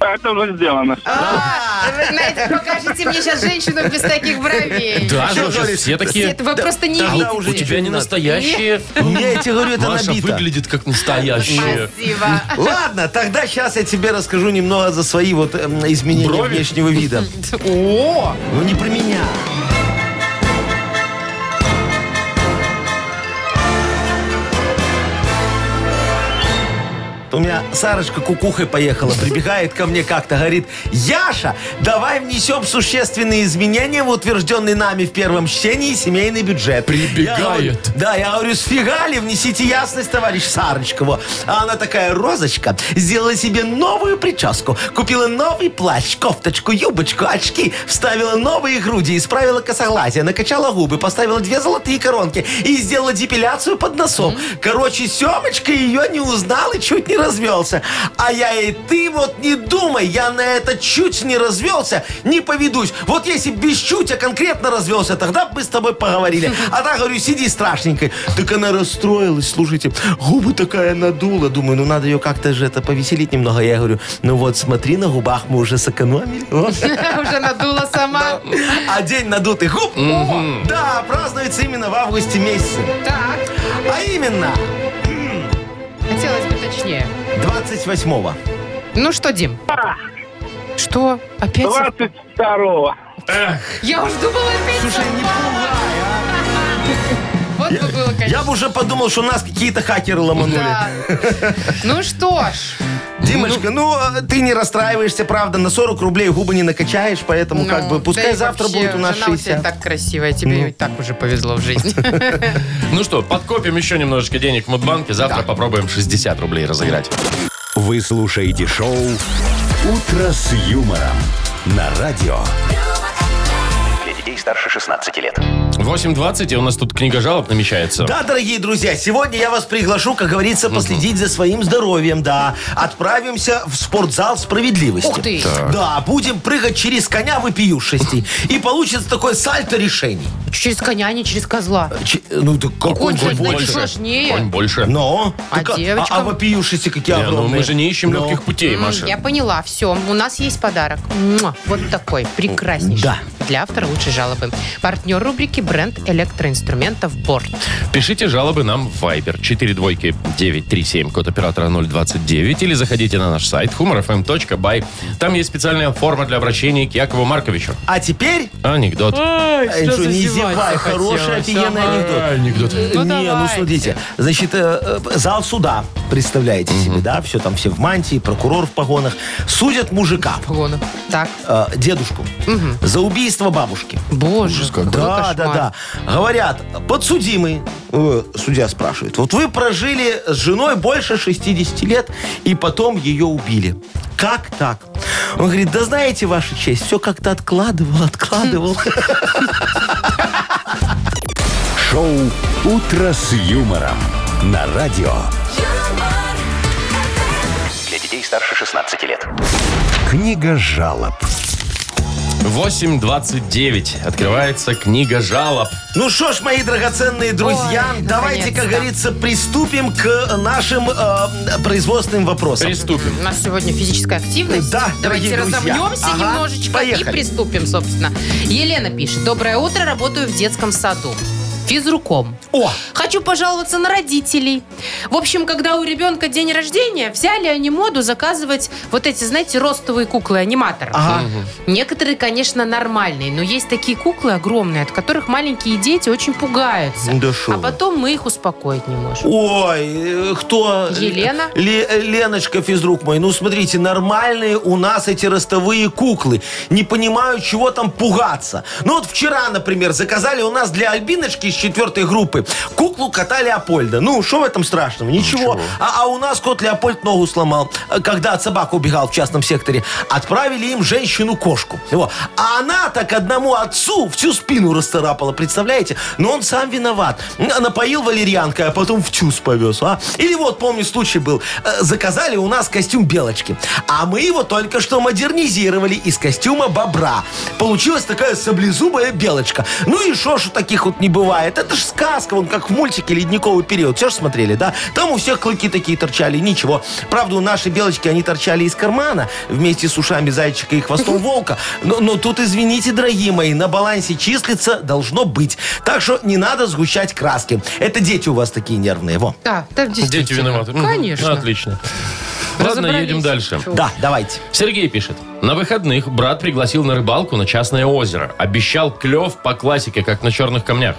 S6: Это уже сделано.
S3: А, вы знаете, покажите мне сейчас женщину без таких бровей.
S2: Да,
S4: Что
S2: слушай,
S4: говоришь?
S2: все такие... «А
S3: Свет, Вы просто не
S4: тогда
S3: видите.
S2: у
S4: уже
S2: тебя
S4: ничего
S2: не
S4: не надо.
S2: настоящие.
S4: Не, я тебе говорю, это
S2: Маша
S4: набито.
S2: выглядит как настоящая.
S3: Спасибо.
S4: Ладно, тогда сейчас я тебе расскажу немного за свои вот эм, изменения
S2: Брови?
S4: внешнего вида.
S3: О,
S4: Ну не про меня. У меня Сарочка кукухой поехала, прибегает ко мне как-то, говорит, Яша, давай внесем существенные изменения в утвержденный нами в первом чтении семейный бюджет.
S2: Прибегает.
S4: Я говорю, да, я говорю, сфига ли, внесите ясность, товарищ Сарочка. Во. А она такая, Розочка, сделала себе новую прическу, купила новый плащ, кофточку, юбочку, очки, вставила новые груди, исправила косоглазие, накачала губы, поставила две золотые коронки и сделала депиляцию под носом. Короче, Семочка ее не узнал и чуть не развелся. развелся. А я и ты вот не думай, я на это чуть не развелся, не поведусь. Вот если б без чуть, а конкретно развелся, тогда бы мы с тобой поговорили. А так, говорю, сиди страшненькой. Так она расстроилась, слушайте, губы такая надула. Думаю, ну надо ее как-то же это повеселить немного. Я говорю, ну вот смотри, на губах мы уже сэкономили. Вот.
S3: Уже надула сама.
S4: А день надутых губ, о, да, празднуется именно в августе месяце.
S3: Так,
S4: А именно
S3: хотелось бы точнее.
S4: 28-го.
S3: Ну что, Дим? Что? Опять? совпало?
S6: 22-го.
S3: Я уж думала, опять совпало. а. Вот бы было,
S4: Я
S3: конечно.
S4: бы уже подумал, что нас какие-то хакеры ломанули.
S3: Да. Ну что ж,
S4: Димочка, ну, э, ты не расстраиваешься, правда, на 40 рублей губы не накачаешь, поэтому
S3: ну,
S4: как бы
S3: да
S4: пускай
S3: и
S4: завтра
S3: вообще,
S4: будет у нас
S3: жена у Ну. тебя
S4: 60.
S3: так красивая, тебе и так уже повезло в жизни.
S2: Ну что, подкопим еще немножечко денег в Мудбанке. Завтра попробуем 60 рублей разыграть.
S1: Вы слушаете шоу «Утро с юмором» на радио.
S5: Для детей старше 16 лет.
S2: 8.20, и у нас тут книга жалоб намечается.
S4: Да, дорогие друзья, сегодня я вас приглашу, как говорится, последить за своим здоровьем, да. Отправимся в спортзал справедливости.
S3: Ух ты.
S4: Да, будем прыгать через коня выпиюшести. И получится такое сальто решений.
S3: Через коня, а не через козла.
S4: Ч- Ну, так как
S3: Конь,
S4: угодно.
S3: значит,
S2: больше. Конь
S3: сложнее.
S2: больше.
S4: Но.
S3: А
S4: так
S3: девочкам?
S4: А, а вопиюшести какие
S2: Не, ну
S4: Ну, огромные.
S2: мы же не ищем
S4: Ну.
S2: легких путей,
S3: М,
S2: Маша.
S3: Я поняла, все. У нас есть подарок. Муа. Вот такой, прекраснейший.
S4: Да.
S3: Для автора лучшей жалобы. Партнер рубрики бренд электроинструментов Борт.
S2: Пишите жалобы нам в Viber 42937, код оператора 029, или заходите на наш сайт humorfm.by. Там есть специальная форма для обращения к Якову Марковичу.
S4: А теперь...
S2: Анекдот.
S4: Ай, что не зевай, хороший, офигенный анекдот.
S2: Анекдот.
S3: Ну,
S4: не, ну
S3: давайте.
S4: смотрите, значит, э, э, зал суда, представляете себе, да, все там все в мантии, прокурор в погонах, судят мужика,
S3: Погону. ну, Так,
S4: э, дедушку, за убийство бабушки.
S3: боже, какой
S4: Да,
S3: кошмар.
S4: да, да. Говорят, подсудимый, э, судья спрашивает, вот вы прожили с женой больше 60 лет, и потом ее убили. Как так? Он говорит, да знаете, ваша честь, все как-то откладывал, откладывал.
S1: Шоу «Утро с юмором» на радио.
S9: юмор,
S5: Для детей старше 16 лет.
S1: Книга жалоб.
S2: 8.29. Открывается книга жалоб.
S4: Ну что ж, мои драгоценные друзья,
S3: Ой,
S4: давайте, как
S3: наконец-то.
S4: говорится, приступим к нашим э, производственным вопросам.
S2: Приступим.
S3: У нас сегодня физическая активность.
S4: Да,
S3: Давайте
S4: дорогие друзья.
S3: разомнемся
S4: Ага,
S3: немножечко и
S4: поехали.
S3: приступим, собственно. Елена пишет. Доброе утро, работаю в детском саду. Физруком.
S4: О,
S3: Хочу пожаловаться на родителей. В общем, когда у ребенка день рождения, взяли они моду заказывать вот эти, знаете, ростовые куклы аниматоров.
S4: ага.
S3: Некоторые, конечно, нормальные, но есть такие куклы огромные, от которых маленькие дети очень пугаются.
S4: Да шо
S3: а
S4: вы.
S3: потом мы их успокоить не можем.
S4: Ой, э, кто?
S3: Елена?
S4: Ле- э, Леночка, физрук мой. Ну, смотрите, нормальные у нас эти ростовые куклы. Не понимаю, чего там пугаться. Ну, вот вчера, например, заказали у нас для Альбиночки из четвертой группы куклу кота Леопольда. Ну, что в этом страшного? Ничего. А, а у нас кот Леопольд ногу сломал, э, когда от собак убегал в частном секторе. Отправили им женщину-кошку. Во. А она так одному отцу всю спину расцарапала, представляете? Но он сам виноват. Н- Напоил валерьянкой, а потом в тюз повез. А? Или вот, помню, случай был. Э, Заказали у нас костюм белочки. А мы его только что модернизировали из костюма бобра. Получилась такая саблезубая белочка. Ну и шо, что таких вот не бывает. Это ж сказка, вон как в мультике «Ледниковый период». Все ж смотрели, да? Там у всех клыки такие торчали, ничего. Правда, у нашей белочки они торчали из кармана вместе с ушами зайчика и хвостом волка. Но, но тут, извините, дорогие мои, на балансе числится должно быть. Так что не надо сгущать краски. Это дети у вас такие нервные, во.
S3: Да, да,
S2: Дети
S3: действительно.
S2: виноваты. Мгм.
S3: Конечно.
S2: Отлично. Ладно,
S3: Разобрались.
S2: едем дальше.
S3: Чё?
S4: Да, давайте.
S2: Сергей пишет. На выходных брат пригласил на рыбалку на частное озеро. Обещал клев по классике, как на черных камнях.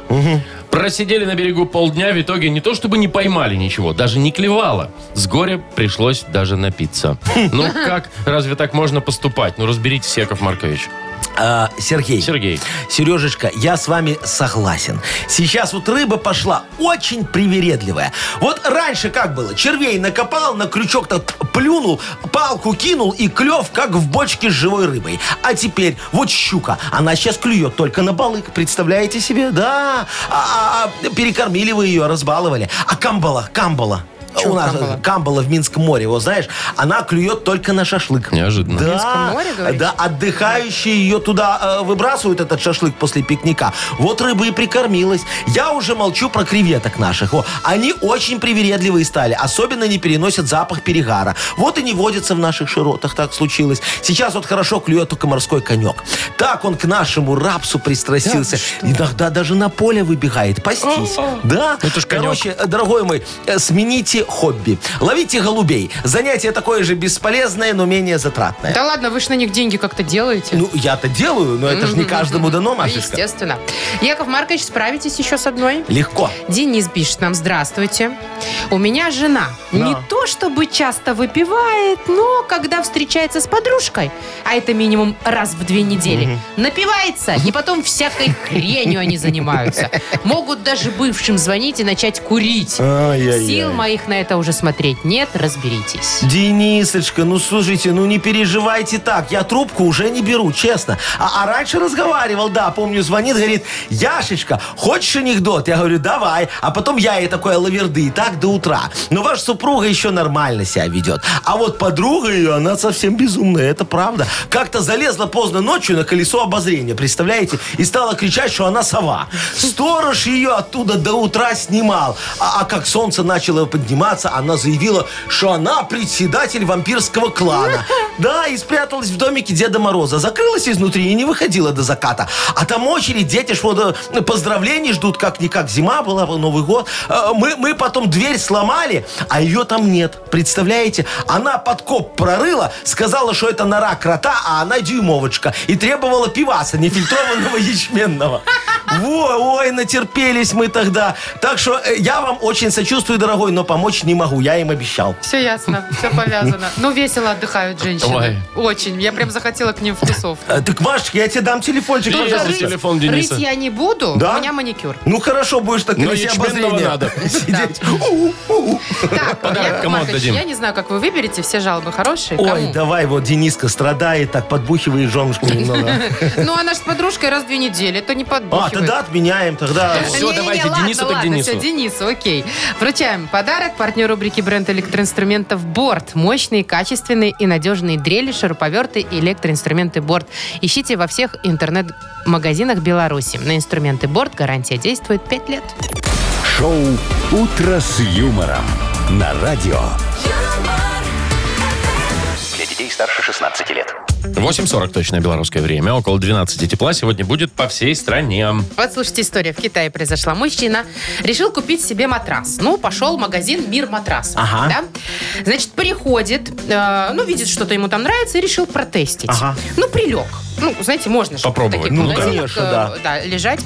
S2: Просидели на берегу полдня, в итоге не то чтобы не поймали ничего, даже не клевало. С горя пришлось даже напиться. Ну как? Разве так можно поступать? Ну разберитесь, Яков Маркович.
S4: А, Сергей.
S2: Сергей.
S4: Сережечка, я с вами согласен. Сейчас вот рыба пошла очень привередливая. Вот раньше как было? Червей накопал, на крючок то плюнул, палку кинул и клев, как в бочке с живой рыбой. А теперь вот щука. Она сейчас клюет только на балык. Представляете себе? Да. А, а, а, перекормили вы ее, разбаловали. А камбала, камбала.
S3: Чё
S4: у нас
S3: Камбала?
S4: Камбала? в Минском море, его знаешь, она клюет только на шашлык.
S2: Неожиданно.
S4: Да,
S3: Минском море, говорите?
S4: да, отдыхающие ее туда э, выбрасывают, этот шашлык после пикника. Вот рыба и прикормилась. Я уже молчу про креветок наших. О, они очень привередливые стали, особенно не переносят запах перегара. Вот и не водятся в наших широтах, так случилось. Сейчас вот хорошо клюет только морской конек. Так он к нашему рапсу пристрастился. Иногда даже на поле выбегает пастись. Да?
S2: Ну, Это ж конек.
S4: Короче, э, дорогой мой, э, смените хобби. Ловите голубей. Занятие такое же бесполезное, но менее затратное.
S3: Да ладно, вы ж на них деньги как-то делаете.
S4: Ну, я-то делаю, но это же не каждому дано, Машечка.
S3: Ну, Естественно. Яков Маркович, справитесь еще с одной?
S4: Легко.
S3: Денис пишет нам, здравствуйте. У меня жена не то чтобы часто выпивает, но когда встречается с подружкой, а это минимум раз в две недели, напивается, и потом всякой хренью они занимаются. Могут даже бывшим звонить и начать курить. Сил моих на это уже смотреть нет, разберитесь.
S4: Денисочка, ну слушайте, ну не переживайте так. Я трубку уже не беру, честно. А, а раньше разговаривал, да, помню, звонит, говорит, Яшечка, хочешь анекдот? Я говорю, давай. А потом я ей такое лаверды, и так до утра. Но ваша супруга еще нормально себя ведет. А вот подруга ее, она совсем безумная, это правда. Как-то залезла поздно ночью на колесо обозрения, представляете? И стала кричать, что она сова. Сторож ее оттуда до утра снимал. А, а как солнце начало подниматься, она заявила, что она председатель вампирского клана. Да, и спряталась в домике Деда Мороза. Закрылась изнутри и не выходила до заката. А там очередь, дети ж вот э, поздравлений ждут, как-никак зима была, Новый год. Э, Мы, мы потом дверь сломали, а ее там нет. Представляете? Она подкоп прорыла, сказала, что это нора крота, а она дюймовочка. И требовала пиваса, нефильтрованного ячменного. Во, ой, натерпелись мы тогда. Так что э, я вам очень сочувствую, дорогой, но помочь не могу. Я им обещал.
S3: Все ясно, все повязано. Ну, весело отдыхают женщины.
S2: Ой.
S3: Очень. Я прям захотела к ним в тусовку.
S4: Э, Так, Машечка, я тебе дам телефончик,
S2: Есть
S4: пожалуйста.
S2: Рыть- телефон
S3: Рыть
S2: Дениса.
S3: я не буду,
S4: Да?
S3: у меня маникюр.
S4: Ну хорошо, будешь так
S2: Но
S4: колесе
S2: ячменного
S4: обозрения
S2: надо.
S4: Сидеть. У, у, у.
S3: Так,
S2: Подарок
S3: Яков
S2: кому
S3: Маркович,
S2: отдадим?
S3: я не знаю, как вы выберете, все жалобы хорошие.
S4: Ой,
S3: Кому?
S4: давай, вот Дениска страдает, так подбухивает женушку немного.
S3: Ну, она же с подружкой раз в две недели, это не
S4: А,
S3: подбухивает.
S4: тогда отменяем, тогда...
S2: Да Всё,
S3: Не-не-не,
S2: давайте
S3: ладно,
S2: Денису, так
S3: ладно,
S2: Денису.
S3: всё, Денису, окей. Вручаем подарок партнер рубрики бренд электроинструментов «Борт». Мощные, качественные и надежные дрели, шуруповерты и электроинструменты «Борт». Ищите во всех интернет-магазинах Беларуси. На инструменты «Борт» гарантия действует 5 лет.
S1: Шоу «Утро с юмором» на радио.
S5: Для детей старше 16 лет.
S2: 8.40 точное белорусское время. Около 12 тепла сегодня будет по всей стране.
S3: Вот слушайте, история в Китае произошла. Мужчина решил купить себе матрас. Ну, пошел в магазин «Мир матрас».
S4: Ага.
S3: Да? Значит, приходит, э, ну, видит, что-то ему там нравится и решил протестить.
S4: Ага.
S3: Ну, прилег. Ну, знаете, можно же
S2: Попробовать.
S3: в таких
S2: Ну,
S3: магазинах,
S4: конечно,
S3: э,
S4: да.
S3: лежать.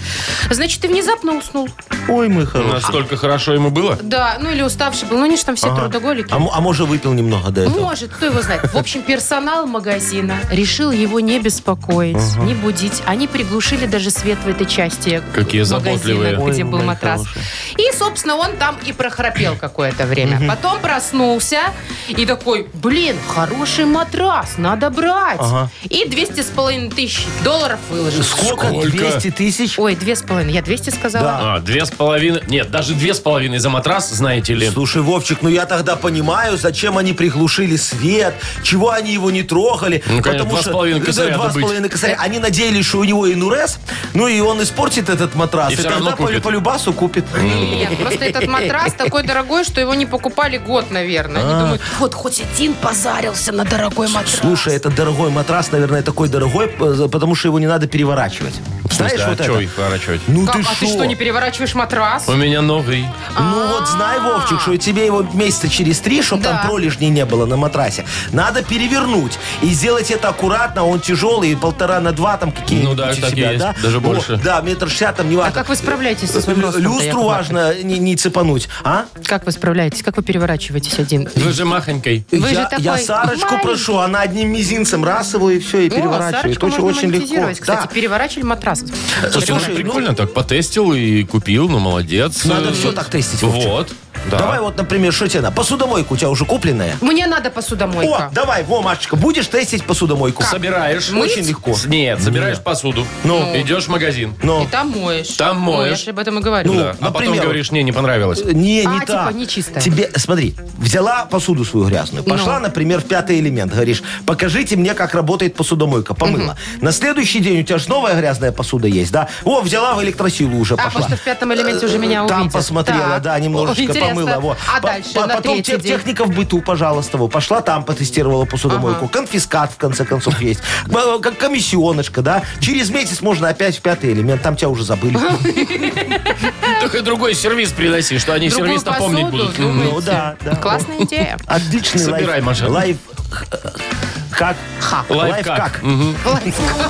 S3: Значит, и внезапно уснул.
S4: Ой, мой хороший.
S2: Настолько хорошо ему было.
S3: Да, ну или уставший был. Ну, они же там все
S4: Ага.
S3: трудоголики.
S4: А, м- а может, выпил немного до этого?
S3: Может, кто его знает. В общем, персонал магазина решил его не беспокоить, не будить. Они приглушили даже свет в этой части
S2: Какие
S3: магазина,
S2: заботливые.
S3: где
S4: Ой,
S3: был
S4: мой
S3: матрас.
S4: хороший.
S3: И, собственно, он там и прохрапел какое-то время. Потом проснулся и такой, блин, хороший матрас, надо брать.
S4: Ага.
S3: И 200 с половиной тысяч долларов выложил.
S4: Сколько?
S2: Сколько?
S4: 200 тысяч?
S3: Ой, две с половиной. Я 200 сказала?
S2: А, две с половиной... Нет, даже две с половиной за матрас, знаете ли.
S4: Слушай, Вовчик, ну я тогда понимаю, зачем они приглушили свет, чего они его не трогали.
S2: Ну, конечно,
S4: потому
S2: два с
S4: что-
S2: половиной
S4: Да,
S2: косаря
S4: два с
S2: добыть.
S4: половиной косаря. Они надеялись, что у него инурез, ну и он испортит этот матрас.
S2: И
S4: И,
S2: всё равно
S4: тогда по,
S2: купит.
S4: по любасу купит.
S3: Нет, просто этот матрас такой дорогой, что его не покупали год, наверное.
S4: А.
S3: Они думают, вот хоть один позарился на дорогой матрас.
S4: Слушай, это дорогой матрас, наверное, такой дорогой, п- потому что его не надо переворачивать. Знаешь,
S2: Да,
S4: вот
S2: а чё
S4: это?
S2: их ворачивать?
S4: Ну
S3: Как?
S4: ты
S3: а ты что,
S4: шо?
S3: не переворачиваешь матрас?
S2: У меня новый.
S4: Ну вот знай, Вовчик, что тебе его месяца через три, чтобы
S3: А. Да.
S4: там пролежней не было на матрасе, надо перевернуть. И сделать это аккуратно, он тяжелый, полтора на два там какие-нибудь
S2: Ну да,
S4: у
S2: так и
S4: себя,
S2: есть,
S4: да?
S2: даже
S4: Ну,
S2: больше.
S4: Да, метр шестьдесят там, не
S3: А
S4: важно.
S3: как вы справляетесь со своим ростом?
S4: Люстру важно не, не цепануть, а?
S3: Как вы справляетесь? Как вы переворачиваетесь один?
S4: Ну,
S2: Вы же махонькой.
S3: Вы
S4: я,
S3: же такой
S4: я Сарочку
S3: маленький.
S4: прошу, она одним мизинцем раз его и все, и переворачивает.
S3: Сарочку
S4: очень,
S3: можно
S4: очень легко.
S3: монетизировать. Кстати,
S4: Да.
S3: переворачивали матрас.
S2: Слушай, ну,
S4: слушай, ну-
S2: прикольно так. Потестил и купил, ну молодец.
S4: Надо
S2: Э,
S4: всё так тестить, Вовчик.
S2: Вот. Да.
S4: Давай вот, например, что тебе надо? Посудомойку у тебя уже купленная.
S3: Мне надо посудомойка.
S4: О, давай, во, Машечка, будешь тестить посудомойку?
S2: Собираешь.
S3: Мыть?
S4: Очень легко.
S2: Нет, забираешь посуду. Ну. Идешь в магазин.
S4: Но.
S3: И там моешь.
S2: Там
S3: Ну,
S2: моешь.
S3: я же об этом и говорю.
S4: Ну,
S2: Да. А потом
S4: например.
S2: говоришь, не, не понравилось.
S4: Не, не
S3: А, типа,
S4: так.
S3: нечистая.
S4: Тебе, смотри, взяла посуду свою грязную, пошла,
S3: Ну.
S4: например, в пятый элемент, говоришь, покажите мне, как работает посудомойка, помыла. На следующий день у тебя же новая грязная посуда есть, да? О, взяла в электросилу уже,
S3: А,
S4: пошла.
S3: потому что в пятом элементе уже меня
S4: Там
S3: увидят.
S4: посмотрела,
S3: Так.
S4: да,
S3: О,
S4: немножечко
S3: интересно.
S4: помыла. Во.
S3: А
S4: По-
S3: дальше,
S4: по-
S3: на
S4: Потом
S3: третий
S4: те-
S3: день?
S4: техника в быту, пожалуйста, во. пошла там потестировала посудомойку. Конфискат, в конце концов, есть. Э, Как комиссионочка, да? Через месяц можно опять в пятый элемент, там тебя уже забыли. Ну,
S2: Только другой сервис приноси, что они
S3: Другую
S2: сервис напомнить
S3: посуду,
S2: будут.
S3: думаете?
S4: Ну да, да.
S3: Классная идея.
S4: Отличный
S2: Собирай,
S4: лайф.
S2: Маша.
S4: Лайф... Как?
S3: Хак.
S2: Лайфхак.
S4: Лайфхак.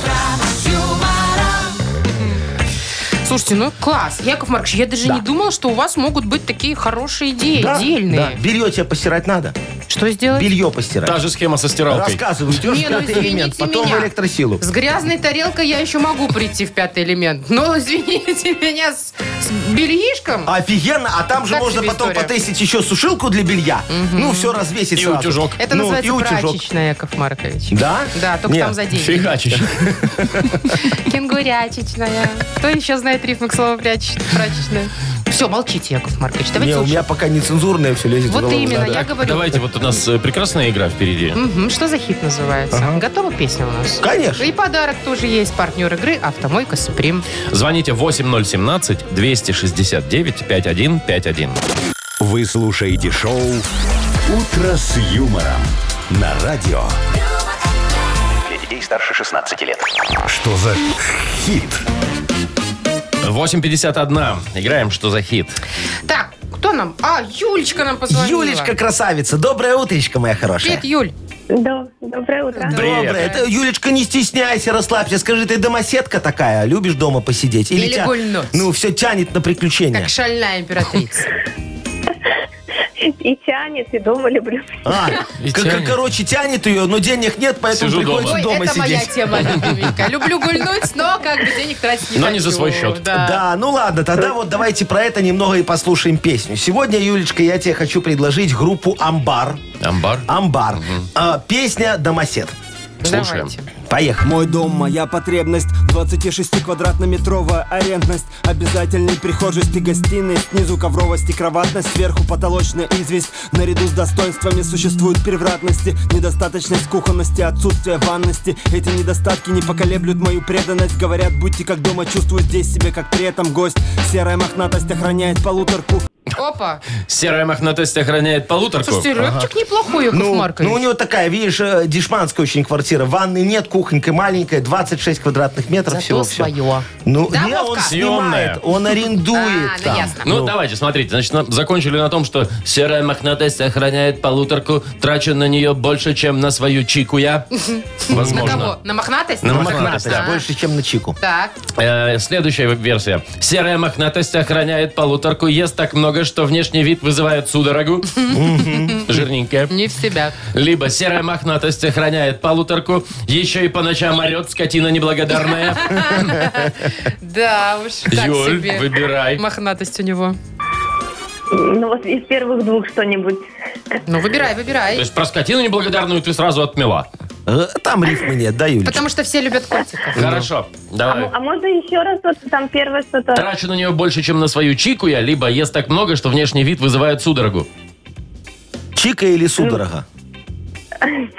S3: Слушайте, ну класс. Яков Маркович, я даже
S4: Да.
S3: не думал, что у вас могут быть такие хорошие идеи,
S4: Да, да.
S3: дельные.
S4: Белье тебе постирать надо.
S3: Что сделать?
S4: Белье постирать.
S2: Та же схема со стиралкой.
S4: Рассказываю, идешь
S3: Не,
S4: в
S3: ну
S4: пятый элемент,
S3: извините
S4: потом
S3: меня.
S4: в электросилу.
S3: С грязной тарелкой я еще могу прийти в пятый элемент. Но извините меня, с, с бельишком?
S4: Офигенно, а там же
S3: Так
S4: можно
S3: себе
S4: потом
S3: история.
S4: потестить еще сушилку для белья. Ну, все развесить
S2: И
S4: сразу.
S2: утюжок.
S3: Это
S4: Ну,
S3: называется
S4: и утюжок.
S3: прачечная, Яков Маркович.
S4: Да?
S3: Да, только
S4: Нет.
S3: там за деньги.
S2: Фигачишь.
S3: Кенгурячечная. Кто еще знает рифмы к слову прячечная? прачечная? Все, молчите, Яков Маркович. Давайте
S4: Не, у
S3: слушать.
S4: меня пока не цензурное все лезет в
S3: Вот
S4: голову.
S3: именно,
S4: Да-да.
S3: я говорю.
S2: Давайте, вот у нас э, прекрасная игра впереди.
S3: Мгм, Что за хит называется? Готова песня у нас?
S4: Конечно.
S3: И подарок тоже есть. Партнер игры «Автомойка Суприм».
S2: Звоните 8017-269-5151.
S1: Вы слушаете шоу «Утро с юмором» на радио.
S5: Для детей старше 16 лет.
S1: Что за хит?
S2: 8.51. Играем «Что за хит?».
S3: Так, кто нам? А, Юлечка нам позвонила.
S4: Юлечка красавица, доброе утречко, моя хорошая.
S3: Привет, Юль.
S7: Да, доброе утро.
S2: Привет.
S4: Доброе. Это, Юлечка, не стесняйся, расслабься. Скажи, ты домоседка такая, любишь дома посидеть?
S3: Или
S4: тя-
S3: гульнуть.
S4: Ну, все тянет на приключения.
S3: Как шальная императрица.
S7: И тянет, и дома люблю.
S4: А,
S2: И
S4: к-
S2: тянет.
S4: короче, тянет ее, но денег нет, поэтому
S2: Сижу
S4: приходится
S3: Ой,
S2: дома.
S4: дома,
S3: это моя
S4: сидеть.
S3: тема любименькая. Люблю гульнуть, но как бы денег тратить не
S2: Но не
S3: хочу.
S2: за свой счет.
S3: Да.
S4: Да, ну ладно, тогда вот давайте про это немного и послушаем песню. Сегодня, Юлечка, я тебе хочу предложить группу «Амбар».
S2: Амбар.
S4: «Амбар». А, песня «Домосед».
S2: Слушаем.
S3: Давайте.
S4: Поехали.
S9: Мой дом, моя потребность 26 квадратно-метровая арендность Обязательный прихожесть и гостиной Снизу ковровость и кроватность Сверху потолочная известь Наряду с достоинствами существуют превратности Недостаточность кухонности, отсутствие ванности Эти недостатки не поколеблют мою преданность Говорят, будьте как дома, чувствую здесь себя как при этом гость Серая мохнатость охраняет полуторку
S3: Опа.
S2: Серая мохнатость охраняет полуторку.
S3: Слушайте, рэпчик неплохой, Яков
S4: Ну,
S3: Маркович.
S4: ну, у него такая, видишь, э, дешманская очень квартира. Ванны нет, кухонька маленькая, 26 квадратных метров
S3: Зато
S4: всего. всего.
S3: свое.
S4: Ну,
S3: Да,
S4: не,
S3: Вовка?
S4: он снимает,
S2: Съемная.
S4: он арендует
S3: А, ну,
S4: там.
S3: ясно.
S2: Ну, давайте, смотрите. Значит, на- закончили на том, что серая мохнатость охраняет полуторку, трачу на нее больше, чем на свою чику я.
S3: На кого?
S2: Возможно.
S3: На мохнатость?
S2: На
S4: На
S2: мохнатость,
S4: мохнатость,
S3: да.
S4: больше, чем на чику.
S3: Так.
S2: Э, Следующая версия. Серая мохнатость охраняет полуторку, ест так много, что внешний вид вызывает судорогу. Жирненькая.
S3: Не в себя.
S2: Либо серая мохнатость охраняет полуторку, еще и по ночам орет скотина неблагодарная.
S3: Да уж, так
S2: Юль,
S3: себе.
S2: выбирай.
S3: Мохнатость у него.
S7: Ну вот из первых двух что-нибудь.
S3: Ну, выбирай,
S2: То
S3: выбирай.
S2: есть про скотину неблагодарную ты сразу отмела.
S4: Э, Там рифмы нет, да, Юлечка?
S3: Потому что все любят котиков.
S2: Хорошо,
S7: А, м-
S8: ну,
S2: давай.
S7: а можно еще раз вот там первое
S8: а-
S7: что-то?
S2: Трачу на нее больше, чем на свою чику я, либо ест так много, что внешний вид вызывает судорогу.
S4: Чика или судорога?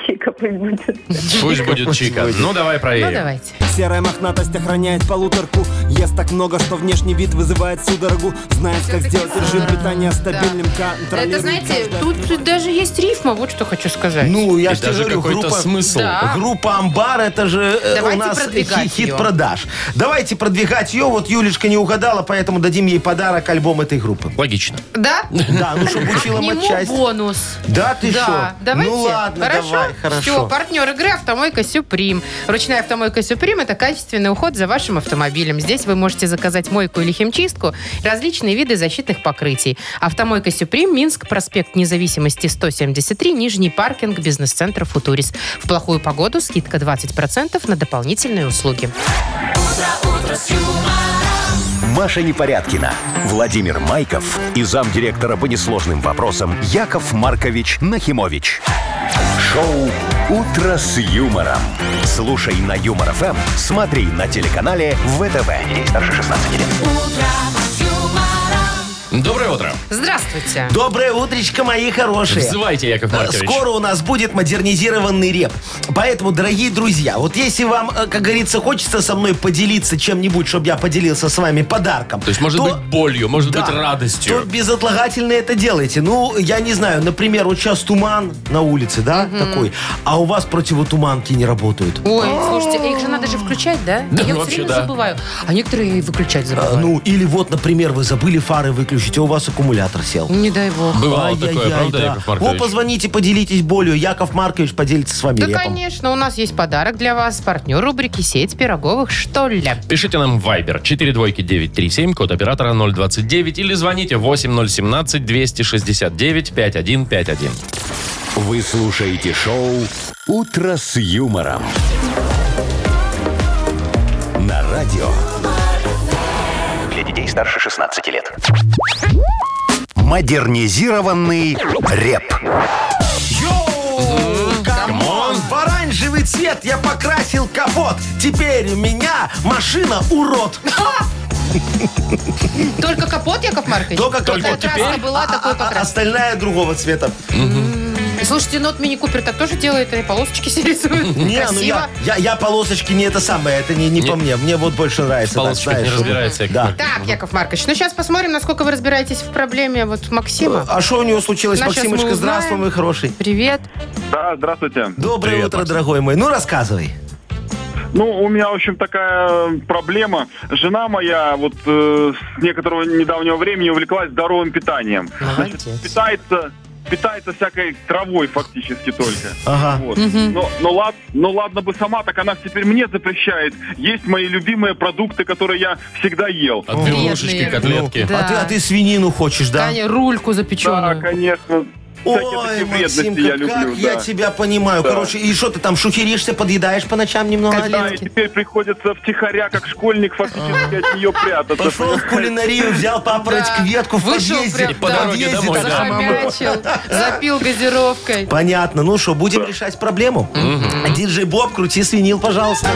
S7: Чика пусть будет.
S2: Пусть будет чика. Ну, давай
S3: Ну,
S2: проверим.
S3: давайте.
S9: Э, Серая мохнатость охраняет полуторку Ест так много, что внешний вид вызывает судорогу Знает, как
S3: Всё-таки
S9: сделать режим
S3: да,
S9: питания стабильным контролирует
S3: Это, знаете,
S9: каждое
S3: тут даже есть рифма, вот что хочу сказать.
S4: Ну, я
S2: И
S4: же тебе
S2: даже
S4: говорю,
S2: какой-то
S4: группа...
S2: смысл.
S3: Да.
S4: Группа «Амбар» это же э,
S3: А? Давайте
S4: у нас
S3: продвигать
S4: хи- хит
S3: её.
S4: продаж. Давайте продвигать ее. Вот Юлечка не угадала, поэтому дадим ей подарок альбом этой группы.
S2: Логично.
S3: Да?
S4: Да, ну чтобы
S3: К
S4: учила
S3: нему
S4: матчасть.
S3: бонус.
S4: Да, ты
S3: Да,
S4: что?
S3: давайте.
S4: Ну ладно,
S3: хорошо?
S4: давай,
S3: Все,
S4: хорошо.
S3: партнер игры «Автомойка Сюприм». Ручная «Автомойка Сюприм» – это качественный уход за вашим автомобилем. Здесь вы можете заказать мойку или химчистку, различные виды защитных покрытий. «Автомойка Сюприм», Минск, проспект Независимости, 173, Нижний паркинг, бизнес-центр «Футурис». В плохую погоду скидка 20% на дополнительные услуги.
S1: Маша Непорядкина, Владимир Майков и замдиректора по несложным вопросам Яков Маркович Нахимович. Шоу «Утро с юмором». Слушай на Юмор ФМ, смотри на телеканале ВТВ. Ей старше 16 лет.
S2: Доброе утро.
S3: Здравствуйте.
S4: Доброе утречко, мои хорошие. Э,
S2: Взывайте, Яков Маркович.
S4: Скоро у нас будет модернизированный реп. Поэтому, дорогие друзья, вот если вам, э, как говорится, хочется со мной поделиться чем-нибудь, чтобы я поделился с вами подарком.
S2: То есть, может
S4: то-
S2: быть, болью, может
S4: Да.
S2: быть, радостью.
S4: То безотлагательно это делайте. Ну, я не знаю, например, вот сейчас туман на улице, да, такой, а у вас противотуманки не работают.
S3: Ой, слушайте, их же надо же включать, да?
S2: Да,
S3: Я вот
S2: вообще
S3: все время
S2: да.
S3: забываю. А некоторые и выключать
S4: А,
S3: забывают.
S4: Ну, или вот, например, вы забыли фары выключить, а у вас аккумулятор сел.
S3: Не дай бог.
S2: Бывало такое,
S4: Ай-яй-яй,
S2: правда,
S4: да.
S2: Яков
S4: О,
S2: Маркович?
S4: позвоните, поделитесь болью. Яков Маркович поделится с вами
S3: Да,
S4: репом.
S3: конечно, у нас есть подарок для вас. Партнер рубрики «Сеть пироговых, что ли?»
S2: Пишите нам в Viber 42937, код оператора 029, или звоните 8017-269-5151.
S1: Вы слушаете шоу «Утро с юмором». На радио
S5: Для детей старше 16 лет.
S1: «Модернизированный реп».
S4: Йоу! Камон! В оранжевый цвет я покрасил капот. Теперь у меня машина урод.
S3: Только капот, Яков Маркович?
S4: Только
S3: Какая
S4: капот.
S3: краска была, такой
S4: А
S3: покрас.
S4: остальная другого цвета.
S3: Слушайте, ну вот мини-купер так тоже делает, и полосочки себе рисует.
S4: Не, ну я,
S3: Красиво.
S4: я, я полосочки не это самое, это не, не по мне. Мне вот больше нравится. так,
S2: Полосочка не
S4: знаешь.
S2: разбирается, Яков
S4: Да.
S2: Маркович.
S3: Так, Яков Маркович, ну сейчас посмотрим, насколько вы разбираетесь в проблеме вот Максима.
S4: А что у него случилось,
S3: Ну, щас мы
S4: Максимочка?
S3: узнаем.
S4: Здравствуй, мой хороший.
S3: Привет.
S6: Да, здравствуйте.
S4: Доброе
S2: Привет,
S4: утро,
S2: Максим.
S4: дорогой мой. Ну, рассказывай.
S6: Ну, у меня, в общем, такая проблема. Жена моя вот э, с некоторого недавнего времени увлеклась здоровым питанием.
S3: Молодец.
S6: Питается питается всякой травой фактически только.
S4: Ага.
S6: Вот. Но, но, лад- но ладно бы сама, так она теперь мне запрещает есть мои любимые продукты, которые я всегда ел.
S2: От белушечки,
S3: Бедные.
S2: котлетки.
S3: Да.
S4: А, ты, а ты свинину хочешь, да?
S3: Таня, рульку
S6: Да,
S3: запеченную.
S6: А, конечно. Всякие
S4: Ой,
S6: такие
S4: Максим,
S6: вредности
S4: как,
S6: я люблю.
S4: как я
S6: да.
S4: тебя понимаю.
S6: Да.
S4: Короче, и что ты там, шухеришься, подъедаешь по ночам немного?
S3: Как
S6: Да, и
S3: Ленки.
S6: теперь приходится втихаря, как школьник, фактически от нее прятаться.
S4: Пошел в кулинарию, взял поправить
S3: Да.
S4: кветку в
S3: Вышел
S4: подъезде.
S3: прям,
S4: В
S2: по
S3: да,
S2: дороге
S4: подъезде
S2: домой,
S4: такая мама.
S3: Захомячил, запил газировкой.
S4: Понятно. Ну что, будем решать проблему? Диджей Боб, крути свинил, пожалуйста.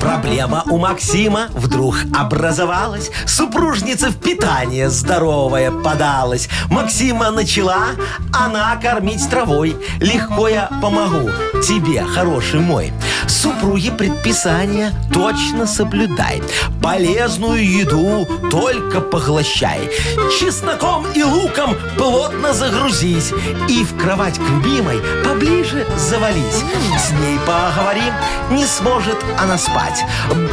S4: Проблема у Максима вдруг образовалась. Супружница в питание здоровая подалась. Максима начала она кормить травой. Легко я помогу тебе, хороший мой. Супруги предписания точно соблюдай. Полезную еду только поглощай. Чесноком и луком плотно загрузись. И в кровать к любимой поближе завались. С ней поговорим, не сможет она спать.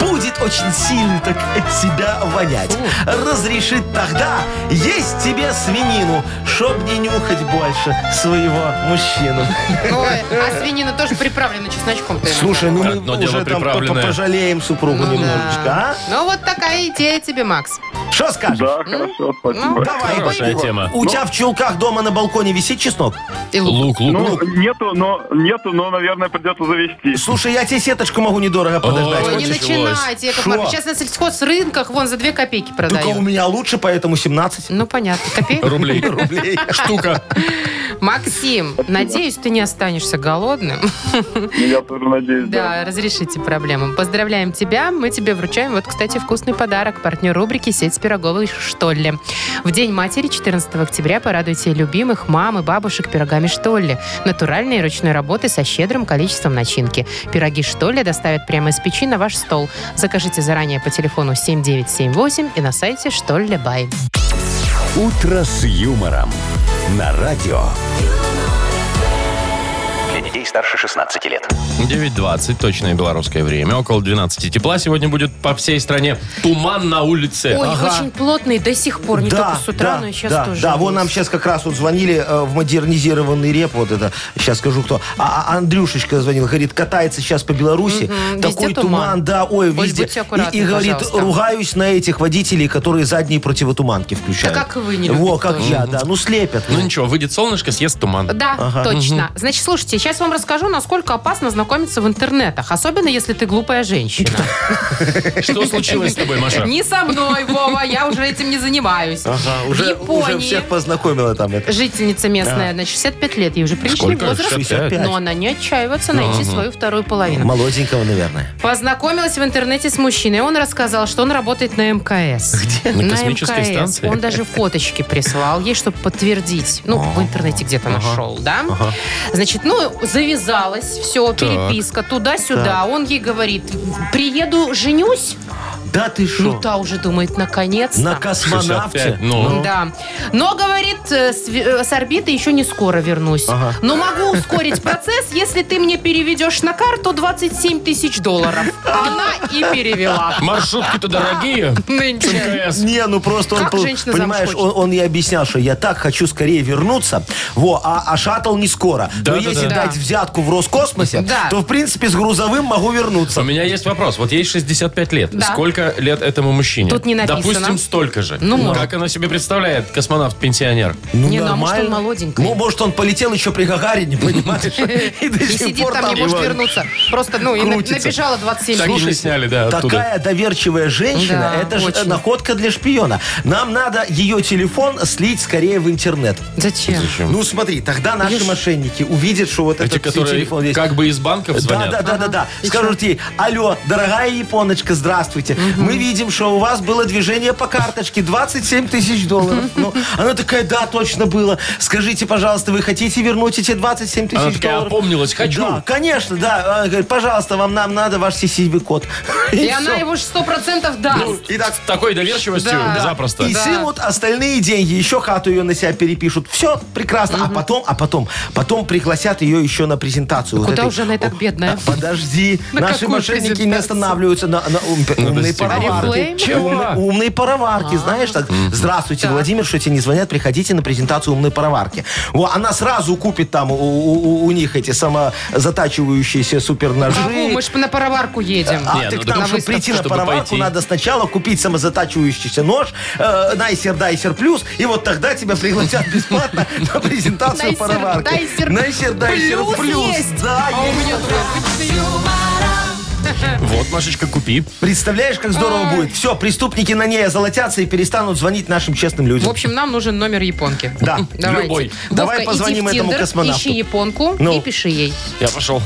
S4: Будет очень сильно так от себя вонять. Разрешит тогда есть тебе свинину, чтоб не нюхать больше своего мужчину.
S3: Ой, а свинина тоже приправлена чесночком. ты
S4: Слушай, ну мы
S2: Одно дело
S4: уже там по-
S2: приправленное.
S4: пожалеем супругу
S3: Ну да.
S4: немножечко,
S3: Ну вот такая идея тебе, Макс.
S4: а? Что скажешь?
S6: Да, хорошо, спасибо.
S4: Давай,
S2: Хорошая
S4: Игорь.
S2: тема. Ну.
S4: У тебя в чулках дома на балконе висит чеснок?
S3: И лук.
S2: Лук, лук,
S6: Ну,
S2: лук.
S6: нету, но нету, но, наверное, придется завести.
S4: Слушай, я тебе сеточку могу недорого подождать.
S3: Ой, не
S2: началось.
S3: начинайте, Яков
S4: Шо?
S3: Маркович. Сейчас на сельхозрынках вон за 2 копейки
S4: Только у
S3: продают.
S4: меня лучше, поэтому 17
S3: Ну понятно, копейки.
S2: Рублей.
S4: рублей.
S2: Штука.
S3: Максим, надеюсь, ты не останешься голодным.
S6: Ну, Я тоже надеюсь, да.
S3: Да, разрешите проблему. Поздравляем тебя. Мы тебе вручаем, вот, кстати, вкусный подарок. Партнер рубрики «Сеть пироговой, что ли?». В День матери 14 октября порадуйте любимых мам и бабушек пирогами «Что ли?». Натуральной ручной работы со щедрым количеством начинки. Пироги «Что ли?» доставят прямо из печи на ваш стол. Закажите заранее по телефону 7978 и на сайте «Что ли бай».
S1: «Утро с юмором». На радио
S5: Для детей старше 16 лет.
S2: 9.20, точное белорусское время. Около 12 тепла сегодня будет по всей стране. Туман на улице.
S3: Ой,
S4: Ага.
S3: очень плотный до сих пор, не только с утра,
S4: да,
S3: но и сейчас
S4: да,
S3: тоже.
S4: Да, вон
S3: есть.
S4: нам сейчас как раз вот звонили э, в модернизированный реп, вот это, сейчас скажу кто. А, а Андрюшечка звонил, говорит, катается сейчас по Беларуси,
S3: Мгм,
S4: такой
S3: везде
S4: туман,
S3: туман.
S4: да, ой,
S3: Оль,
S4: везде.
S3: будьте аккуратны,
S4: и, и говорит,
S3: пожалуйста.
S4: ругаюсь на этих водителей, которые задние противотуманки включают.
S3: Да как и вы не любите
S4: Во, как
S3: тоже.
S4: я, да, ну слепят.
S2: Ну ничего, выйдет солнышко, съест туман.
S3: Да, точно. Значит, слушайте, сейчас вам расскажу, насколько опасно знакомиться знакомиться в интернетах, особенно если ты глупая женщина.
S2: Что случилось с тобой, Маша?
S3: Не со мной, Вова, я уже этим не занимаюсь.
S4: Ага,
S3: в
S4: уже, уже
S3: Японии
S4: всех познакомила там это.
S3: жительница местная, значит, 65 лет, ей уже приличный
S2: Сколько?
S3: возраст,
S2: 65?
S3: но она не отчаивается найти свою вторую половину.
S4: Молоденького, наверное.
S3: Познакомилась в интернете с мужчиной. Он рассказал, что он работает на МКС. Где?
S2: На космической станции?
S3: Он даже фоточки прислал ей, чтобы подтвердить. Ну, в интернете где-то нашел, да? Значит, ну, завязалось все, переписка туда-сюда. Он ей говорит, приеду, женюсь.
S4: Да ты
S3: Ну,
S4: что?
S3: та уже думает,
S4: На
S3: наконец-то.
S4: космонавте?
S2: 65, ну.
S3: Да. Но, говорит, э, с ви- э, с орбиты еще не скоро вернусь. Но могу ускорить процесс, если ты мне переведешь на карту 27 тысяч долларов. Она и перевела.
S2: Маршрутки-то дорогие.
S3: Нынче.
S2: МКС.
S4: Не, ну просто он,
S3: Как
S4: пол-
S3: женщина замуж
S4: понимаешь,
S3: хочет?
S4: он, он ей объяснял, что я так хочу скорее вернуться, во, а, а шаттл не скоро.
S2: Да,
S4: Но
S2: да,
S4: если
S3: да.
S4: дать
S3: Да.
S4: взятку в Роскосмосе,
S3: Да.
S4: то, в принципе, с грузовым могу вернуться.
S2: У меня есть вопрос. Вот ей 65 лет.
S3: Да.
S2: Сколько лет этому мужчине?
S3: Тут не написано.
S2: Допустим, столько же.
S3: Ну, может.
S2: Как она себе представляет, космонавт-пенсионер?
S4: Ну,
S3: Не, ну, а может, он молоденький?
S4: Ну, может, он полетел еще при Гагарине, понимаешь? И до
S3: И
S4: сих
S3: сидит
S4: пор
S3: там, не
S4: там
S3: может
S4: его-
S3: вернуться. Просто, ну, и на-
S4: Крутится.
S3: набежала 27
S2: Так и не
S3: тысяч.
S2: сняли, да, оттуда.
S4: Такая доверчивая женщина,
S3: Да,
S4: это же
S3: очень.
S4: находка для шпиона. Нам надо ее телефон слить скорее в интернет.
S3: Зачем?
S4: Ну смотри, тогда наши мошенники увидят, что вот
S2: Эти,
S4: этот
S2: которые
S4: телефон есть.
S2: как бы из банков
S4: Да,
S2: звонят.
S4: да, да, да, да. Скажут ей, алло, дорогая японочка, здравствуйте. Мы видим, что у вас было движение по карточке 27 тысяч долларов. Ну, она такая, да, точно было. Скажите, пожалуйста, вы хотите вернуть эти 27 тысяч
S2: Она
S4: долларов?
S2: такая, опомнилась, хочу.
S4: Да, конечно, да. Она говорит, пожалуйста, вам нам надо ваш CCV-код.
S3: И она его ж 100%
S4: Ну,
S3: даст.
S2: И так, с такой доверчивостью
S3: Да.
S2: запросто.
S4: И
S3: Да.
S4: снимут остальные деньги, еще хату ее на себя перепишут. Все прекрасно. А потом, а потом, потом пригласят ее еще на презентацию. Вот
S3: куда
S4: этой.
S3: уже она и так
S4: О,
S3: бедная?
S4: а, Подожди,
S3: На
S4: наши
S3: какую
S4: мошенники не
S3: презентацию?
S4: останавливаются на, на ум- умной
S2: стимул.
S4: пароварке.
S3: Орифлейм?
S2: Чего?
S4: Умной- Умной
S3: А.
S4: пароварке, знаешь, так, здравствуйте,
S3: Так.
S4: Владимир, что тебе не звонят, приходите на презентацию умной пароварки. Во, она сразу купит там у, у- у- у них эти самозатачивающиеся суперножи.
S3: Бабу, мы ж на пароварку едем.
S4: А,
S2: Не,
S4: так
S2: ну,
S4: нам,
S2: на
S4: чтобы
S2: выставку,
S4: прийти на
S2: чтобы
S4: пароварку,
S2: пойти.
S4: надо сначала купить самозатачивающийся нож, э, Найсер Дайсер Плюс, и вот тогда тебя пригласят бесплатно на презентацию
S3: Найсер
S4: пароварки.
S3: Дайсер
S4: Найсер Дайсер
S3: Плюс
S4: Плюс.
S3: есть?
S4: Да,
S3: А у
S4: есть.
S3: меня только обычный
S2: Вот, Машечка, купи.
S4: Представляешь, как здорово будет? Все, преступники на ней озолотятся и перестанут звонить нашим честным людям.
S3: В общем, нам нужен номер японки.
S4: Да.
S3: Давайте.
S2: Любой.
S3: Вовка,
S4: Давай позвоним
S3: иди в
S4: этому
S3: Tinder,
S4: космонавту.
S3: Ищи японку
S4: Ну.
S3: и пиши ей.
S2: Я пошел.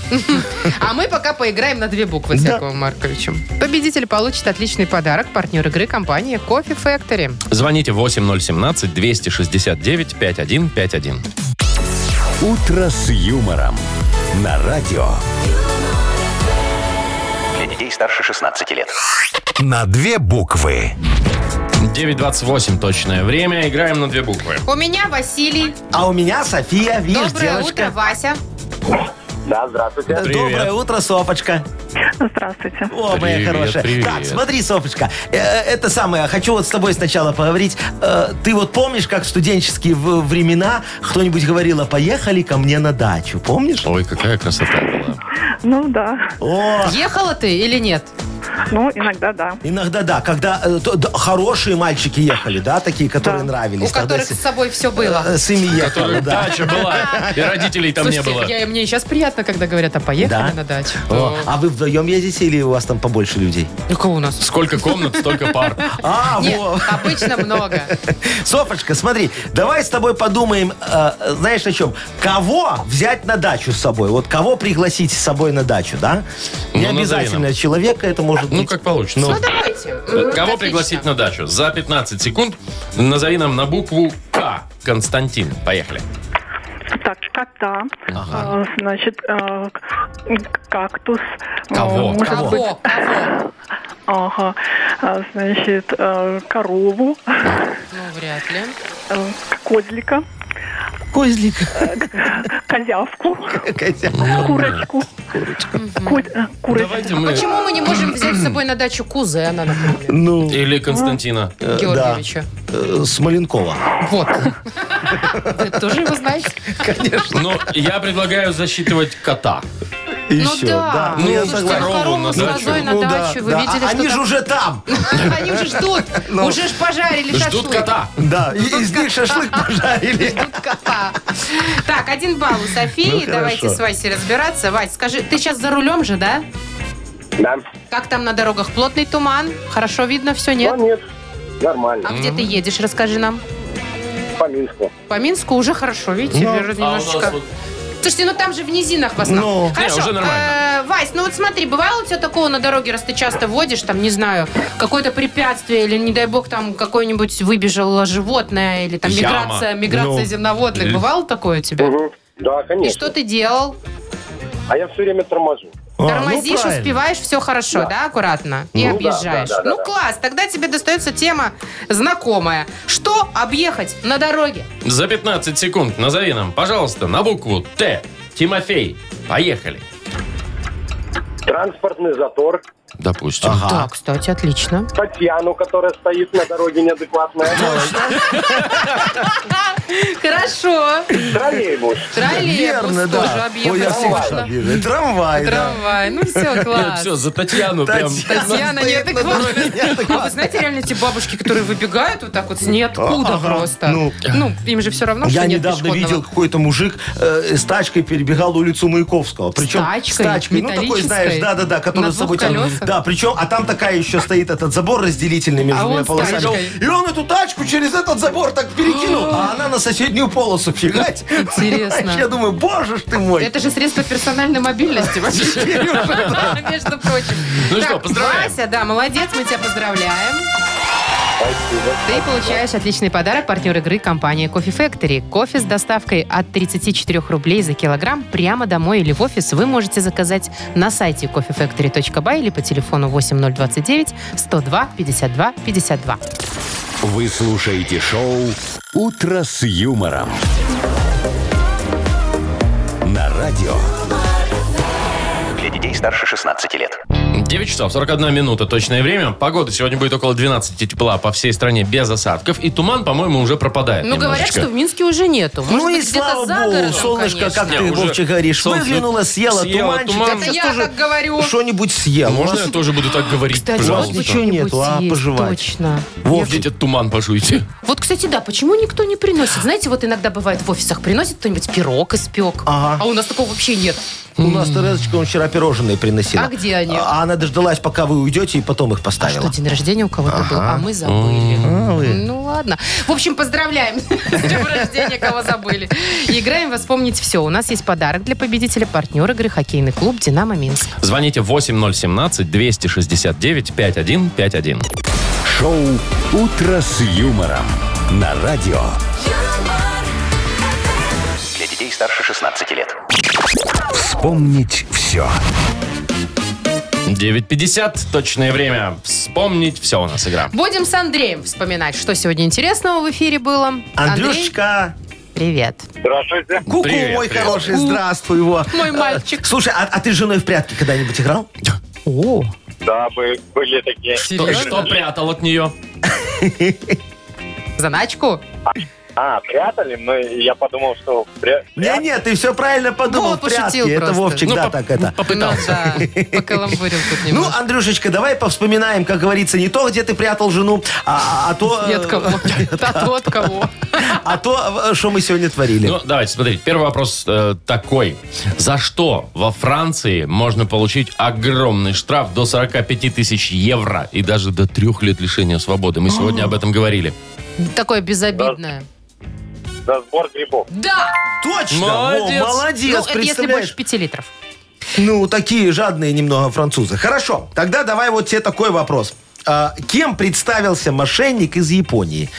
S3: А мы пока поиграем на две буквы с Яковом Марковичем. Победитель получит отличный подарок. Партнер игры компания Кофе Factory.
S2: Звоните 8017-269-5151.
S1: «Утро с юмором» на радио.
S5: Для детей старше 16 лет.
S1: На две буквы.
S2: 9.28 точное время. Играем на две буквы.
S3: У меня Василий.
S4: А у меня София, видишь,
S3: Доброе утро,
S4: девочка. Э,
S3: Вася.
S8: Да, здравствуйте.
S2: Привет.
S4: Доброе утро, Софочка.
S7: Здравствуйте.
S4: О, моя
S2: Привет,
S4: хорошая.
S2: привет.
S4: Так, смотри, Софочка, э, это самое, хочу вот с тобой сначала поговорить. Э, Ты вот помнишь, как в студенческие в- времена кто-нибудь говорила, поехали ко мне на дачу, помнишь?
S2: Ой, какая красота была.
S7: Ну да.
S4: О,
S3: Ехала ты или нет?
S7: Ну, иногда да.
S4: иногда да, когда э, то- да, хорошие мальчики ехали, да, такие, которые
S3: У
S4: нравились. тогда
S3: которых с
S4: с,
S3: собой все было.
S4: э, с ими ехали,
S2: Которая
S4: да.
S2: дача была. И родителей там не
S3: Слушайте,
S2: было.
S3: я- мне сейчас приятно, когда говорят, а поехали
S4: Да?
S3: на дачу.
S4: О, а вы вдвоем ездите или у вас там побольше людей?
S3: Ну, кого у нас?
S2: Сколько комнат, столько пар.
S4: А,
S3: Нет,
S4: во.
S3: обычно много.
S4: Софочка, смотри, давай с тобой подумаем, э, э, знаешь о чем? Кого взять на дачу с собой? Вот кого пригласить с собой на дачу, да?
S2: Ну,
S4: Не
S2: назови
S4: обязательно человека, это может
S2: Ну,
S4: быть.
S2: как получится.
S3: Ну, давайте.
S2: Кого
S3: М, отлично.
S2: пригласить на дачу? За 15 секунд назови нам на букву К. Константин. Поехали.
S7: Так, кота, э, значит, э, к- кактус. э,
S2: Кого?
S7: может
S4: Кого?
S7: быть,
S3: Кого? Кого?
S7: ага, э, значит, э, корову,
S3: Ну, вряд ли.
S7: э, козлика, А,
S4: Козлик.
S7: козявку,
S4: Козя.
S7: курочку. Ко- э, Курочку.
S2: Давайте мы...
S3: А Почему мы не можем взять с собой на дачу кузена, например,
S4: Ну,
S2: Или Константина.
S4: э, да.
S3: Георгиевича?
S4: Э, Смоленкова.
S3: Вот. Вы тоже его знаете?
S2: Ну, я предлагаю засчитывать кота.
S3: Ну
S4: еще.
S3: да.
S4: Ну, я
S2: слушайте,
S4: согласен.
S2: ну,
S3: корову
S2: на
S3: с козой
S2: дачу.
S3: на
S4: Ну да,
S3: дачу. Вы
S4: да.
S3: видели, что
S4: А
S3: там?
S4: Они
S3: Ну,
S4: же уже там.
S3: Они уже ждут. Уже ж пожарили шашлык.
S2: Ждут кота.
S4: Да,
S3: ну,
S4: и- из них шашлык пожарили. А,
S3: Кота. Так, один балл у Софии.
S4: Ну,
S3: Давайте
S4: хорошо.
S3: с Васей разбираться. Вась, скажи, ты сейчас за рулем же, да?
S8: Да.
S3: Как там на дорогах? Плотный туман? Хорошо видно все,
S8: Ну,
S3: нет?
S8: нет, нормально,
S3: А где ты едешь, расскажи нам.
S8: по Минску.
S3: По Минску уже хорошо, видите, уже
S2: А у нас
S3: немножечко.
S2: вот-
S3: Слушайте, ну там же в низинах в основном.
S4: Ну,
S3: Хорошо.
S2: не, уже нормально.
S3: Э, Вась, ну вот смотри, бывало у тебя такого на дороге, раз ты часто водишь, там, не знаю, какое-то препятствие, или, не дай бог, там какое-нибудь выбежало животное, или там
S2: Яма.
S3: миграция, миграция
S2: Ну.
S3: земноводных. Бывало такое у тебя?
S8: Мгм. Да,
S3: И
S8: конечно.
S3: что ты делал?
S8: А я все время торможу.
S4: А, ну,
S3: Тормозишь,
S4: правильно.
S3: успеваешь, все хорошо, да, аккуратно. И
S8: Ну да,
S3: объезжаешь.
S8: да, да, да,
S3: ну
S8: да.
S3: класс, тогда тебе достается тема знакомая. Что объехать на дороге?
S2: За 15 секунд назови нам, пожалуйста, на букву Т. Тимофей. Поехали.
S8: Транспортный затор,
S2: Допустим.
S3: Да, кстати, отлично.
S8: Татьяну, которая стоит на дороге неадекватная,
S3: Хорошо.
S8: троллейбус.
S3: Троллейбус
S4: Верно,
S3: тоже
S4: да.
S3: объехал.
S4: Ой, я всегда
S3: Ладно.
S4: обижаюсь. Трамвай, да.
S3: Трамвай. Ну все, класс.
S2: Все, за Татьяну прям.
S3: Татьяна
S4: Стоит на
S3: неадекватная.
S4: дороге
S3: А вы
S4: неадекватная.
S3: знаете, реально те бабушки, которые выбегают вот так вот с ниоткуда
S4: Ага,
S3: просто. Ну,
S4: ну.
S3: им же все равно,
S4: Я
S3: что нет
S4: недавно
S3: пешеходного.
S4: видел, какой-то мужик э, с тачкой перебегал улицу Маяковского. Причем
S3: тачкой?
S4: Ну, такой,
S3: Металлической?
S4: знаешь, да-да-да,
S3: На
S4: который с собой
S3: двух
S4: тянут.
S3: колесах?
S4: Да, причем, а там такая еще стоит этот забор разделительный между
S3: А он
S4: двумя
S3: с
S4: полосами.
S3: тачкой.
S4: И он эту тачку через этот забор так перекинул, а она на соседнюю полосу фигать.
S3: Интересно.
S4: Понимаешь, Я думаю, боже ж ты мой.
S3: Это же средство персональной мобильности вообще. Между прочим.
S2: Ну
S3: Так,
S2: что, поздравляем.
S3: Вася, да, молодец, мы тебя поздравляем. Ты получаешь отличный подарок партнер игры компания Coffee Factory. Кофе с доставкой от 34 рублей за килограмм прямо домой или в офис вы можете заказать на сайте coffeefactory.by или по телефону 8029 102 52 52.
S1: Вы слушаете шоу «Утро с юмором». На радио.
S5: Для детей старше 16 лет.
S2: 9 часов 41 минута точное время. Погода сегодня будет около 12 тепла по всей стране без осадков. И туман, по-моему, уже пропадает
S3: Ну, говорят,
S2: немножечко.
S3: что в Минске уже нету. Может
S4: ну и
S3: быть, где-то
S4: слава
S3: за
S4: богу,
S3: городом,
S4: солнышко,
S3: конечно.
S4: как ты,
S2: Не, уже
S4: Вовчик, говоришь,
S2: солнце
S4: выглянуло, съело,
S2: съело,
S4: туманчик.
S2: туман.
S4: сейчас
S3: Это я
S4: тоже
S3: так говорю.
S4: Что-нибудь съел.
S2: А Можно я тоже буду так говорить,
S3: Кстати,
S2: пожалуйста?
S3: вот бы
S4: Ничего
S3: что-нибудь
S4: нету, а,
S3: съесть,
S4: пожевать.
S3: Точно.
S4: Вовчик,
S2: Идите туман пожуйте.
S3: Вот, кстати, да, почему никто не приносит? Знаете, вот иногда бывает в офисах приносит кто-нибудь пирог испек.
S4: Ага.
S3: А у нас такого вообще нет.
S4: у нас Терезочка он вчера пирожные приносила.
S3: А где они?
S4: А она дождалась, пока вы уйдете, и потом их
S3: А Что,
S4: поставила.
S3: день рождения у кого-то был, а мы забыли.
S4: М-м.
S3: Ну ладно. В общем, поздравляем с днем рождения, кого забыли. И Играем, вспомнить все. У нас есть подарок для победителя, партнер игры, хоккейный клуб «Динамо Минск».
S2: Звоните 8017-269-5151.
S1: Шоу «Утро с юмором». На радио.
S5: Для детей старше 16 лет.
S1: Вспомнить все.
S2: 9.50, точное время. Вспомнить все у нас игра.
S3: Будем с Андреем вспоминать, что сегодня интересного в эфире было.
S4: Андрюшечка,
S3: Андрей, привет.
S8: Здравствуйте.
S4: куку,
S2: Привет,
S4: мой
S2: привет.
S4: хороший, здравствуй его.
S3: Мой мальчик.
S4: Слушай, а, а ты с женой в прятки когда-нибудь играл?
S3: О,
S8: Да, бы- были такие.
S2: Что, что прятал от нее?
S3: заначку.
S8: А, прятали? Ну, я подумал, что... пря-
S4: Не, не, ты все правильно подумал.
S3: Вова пошутил
S4: прятки, это
S3: просто.
S4: Вовчик,
S2: Ну,
S4: да,
S2: поп-
S4: так это.
S2: Попытался.
S3: Ну да, покаламбурил тут
S4: Ну,
S3: немного.
S4: Андрюшечка, давай повспоминаем, как говорится, не то, где ты прятал жену, а, а то...
S3: Нет кого. Да тот кого.
S4: А то, э, что мы сегодня творили.
S2: Ну, давайте, смотрите. Первый вопрос э, такой. За что во Франции можно получить огромный штраф до 45 тысяч евро и даже до трех лет лишения свободы? Мы
S4: А.
S2: сегодня об этом говорили.
S3: Такое безобидное.
S8: За сбор грибов.
S3: Да!
S4: Точно!
S2: Молодец.
S4: Во, молодец,
S3: Ну, это если
S4: представляешь?
S3: больше пяти литров.
S4: Ну, такие жадные немного французы. Хорошо, тогда давай вот тебе такой вопрос. А, кем представился мошенник из Японии?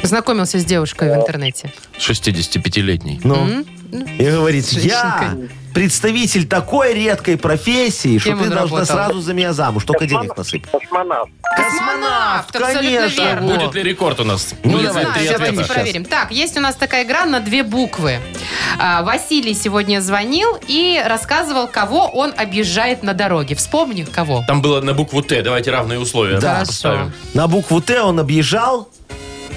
S3: Познакомился с девушкой в интернете.
S2: 65-летний.
S4: Ну, и говорит, я
S3: женщинкой.
S4: представитель такой редкой профессии, что
S3: Кем
S4: ты
S3: он
S4: должна
S3: работал?
S4: сразу за меня замуж, только денег насыпь.
S8: Космонавт.
S3: Космонавт, абсолютно
S4: конечно.
S3: верно.
S4: вот.
S2: Будет ли рекорд у нас?
S4: Ну,
S2: Будет
S3: Не
S4: давай,
S2: ли
S3: знаю,
S2: три
S4: сейчас
S3: давайте
S2: ответа?
S4: ответим.
S3: проверим. Так, есть у нас такая игра на две буквы. А, Василий сегодня звонил и рассказывал, кого он объезжает на дороге. Вспомни, кого.
S2: Там было на букву Т. Давайте равные условия
S4: Да.
S2: поставим.
S4: На букву Т он объезжал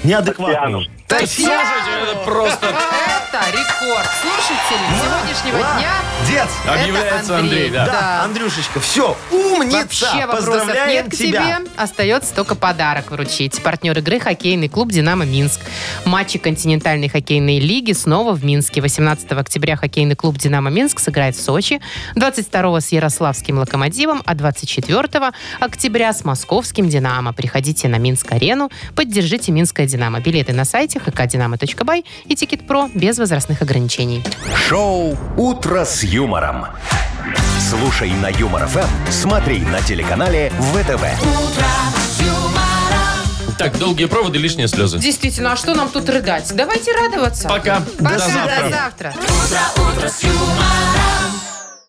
S4: неадекватно.
S8: Татьяну.
S2: Слушайте, это просто...
S3: Это рекорд слушателей сегодняшнего
S4: Ла-
S3: дня
S4: Дец.
S2: Объявляется Андрей,
S3: Андрей.
S2: да.
S3: Да.
S4: Андрюшечка, все, умница.
S3: Вообще вопросов
S4: Поздравляем
S3: нет к
S4: тебя.
S3: тебе. Остается только подарок вручить. Партнер игры – хоккейный клуб «Динамо Минск». Матчи континентальной хоккейной лиги снова в Минске. 18 октября хоккейный клуб «Динамо Минск» сыграет в Сочи, 22 с Ярославским «Локомотивом», а 24 октября с московским «Динамо». Приходите на Минск-арену, поддержите «Минское Динамо». Билеты на сайте hkdinamo.by и «Тикет.Про» без возрастных ограничений.
S1: Шоу «Утро с юмором». Слушай на Юмор ФМ, смотри на телеканале ВТВ.
S2: Так, долгие проводы, лишние слезы.
S3: Действительно, а что нам тут рыдать? Давайте радоваться.
S2: Пока.
S3: Пока.
S2: До завтра.
S3: До завтра.
S10: утро, утро с юмором.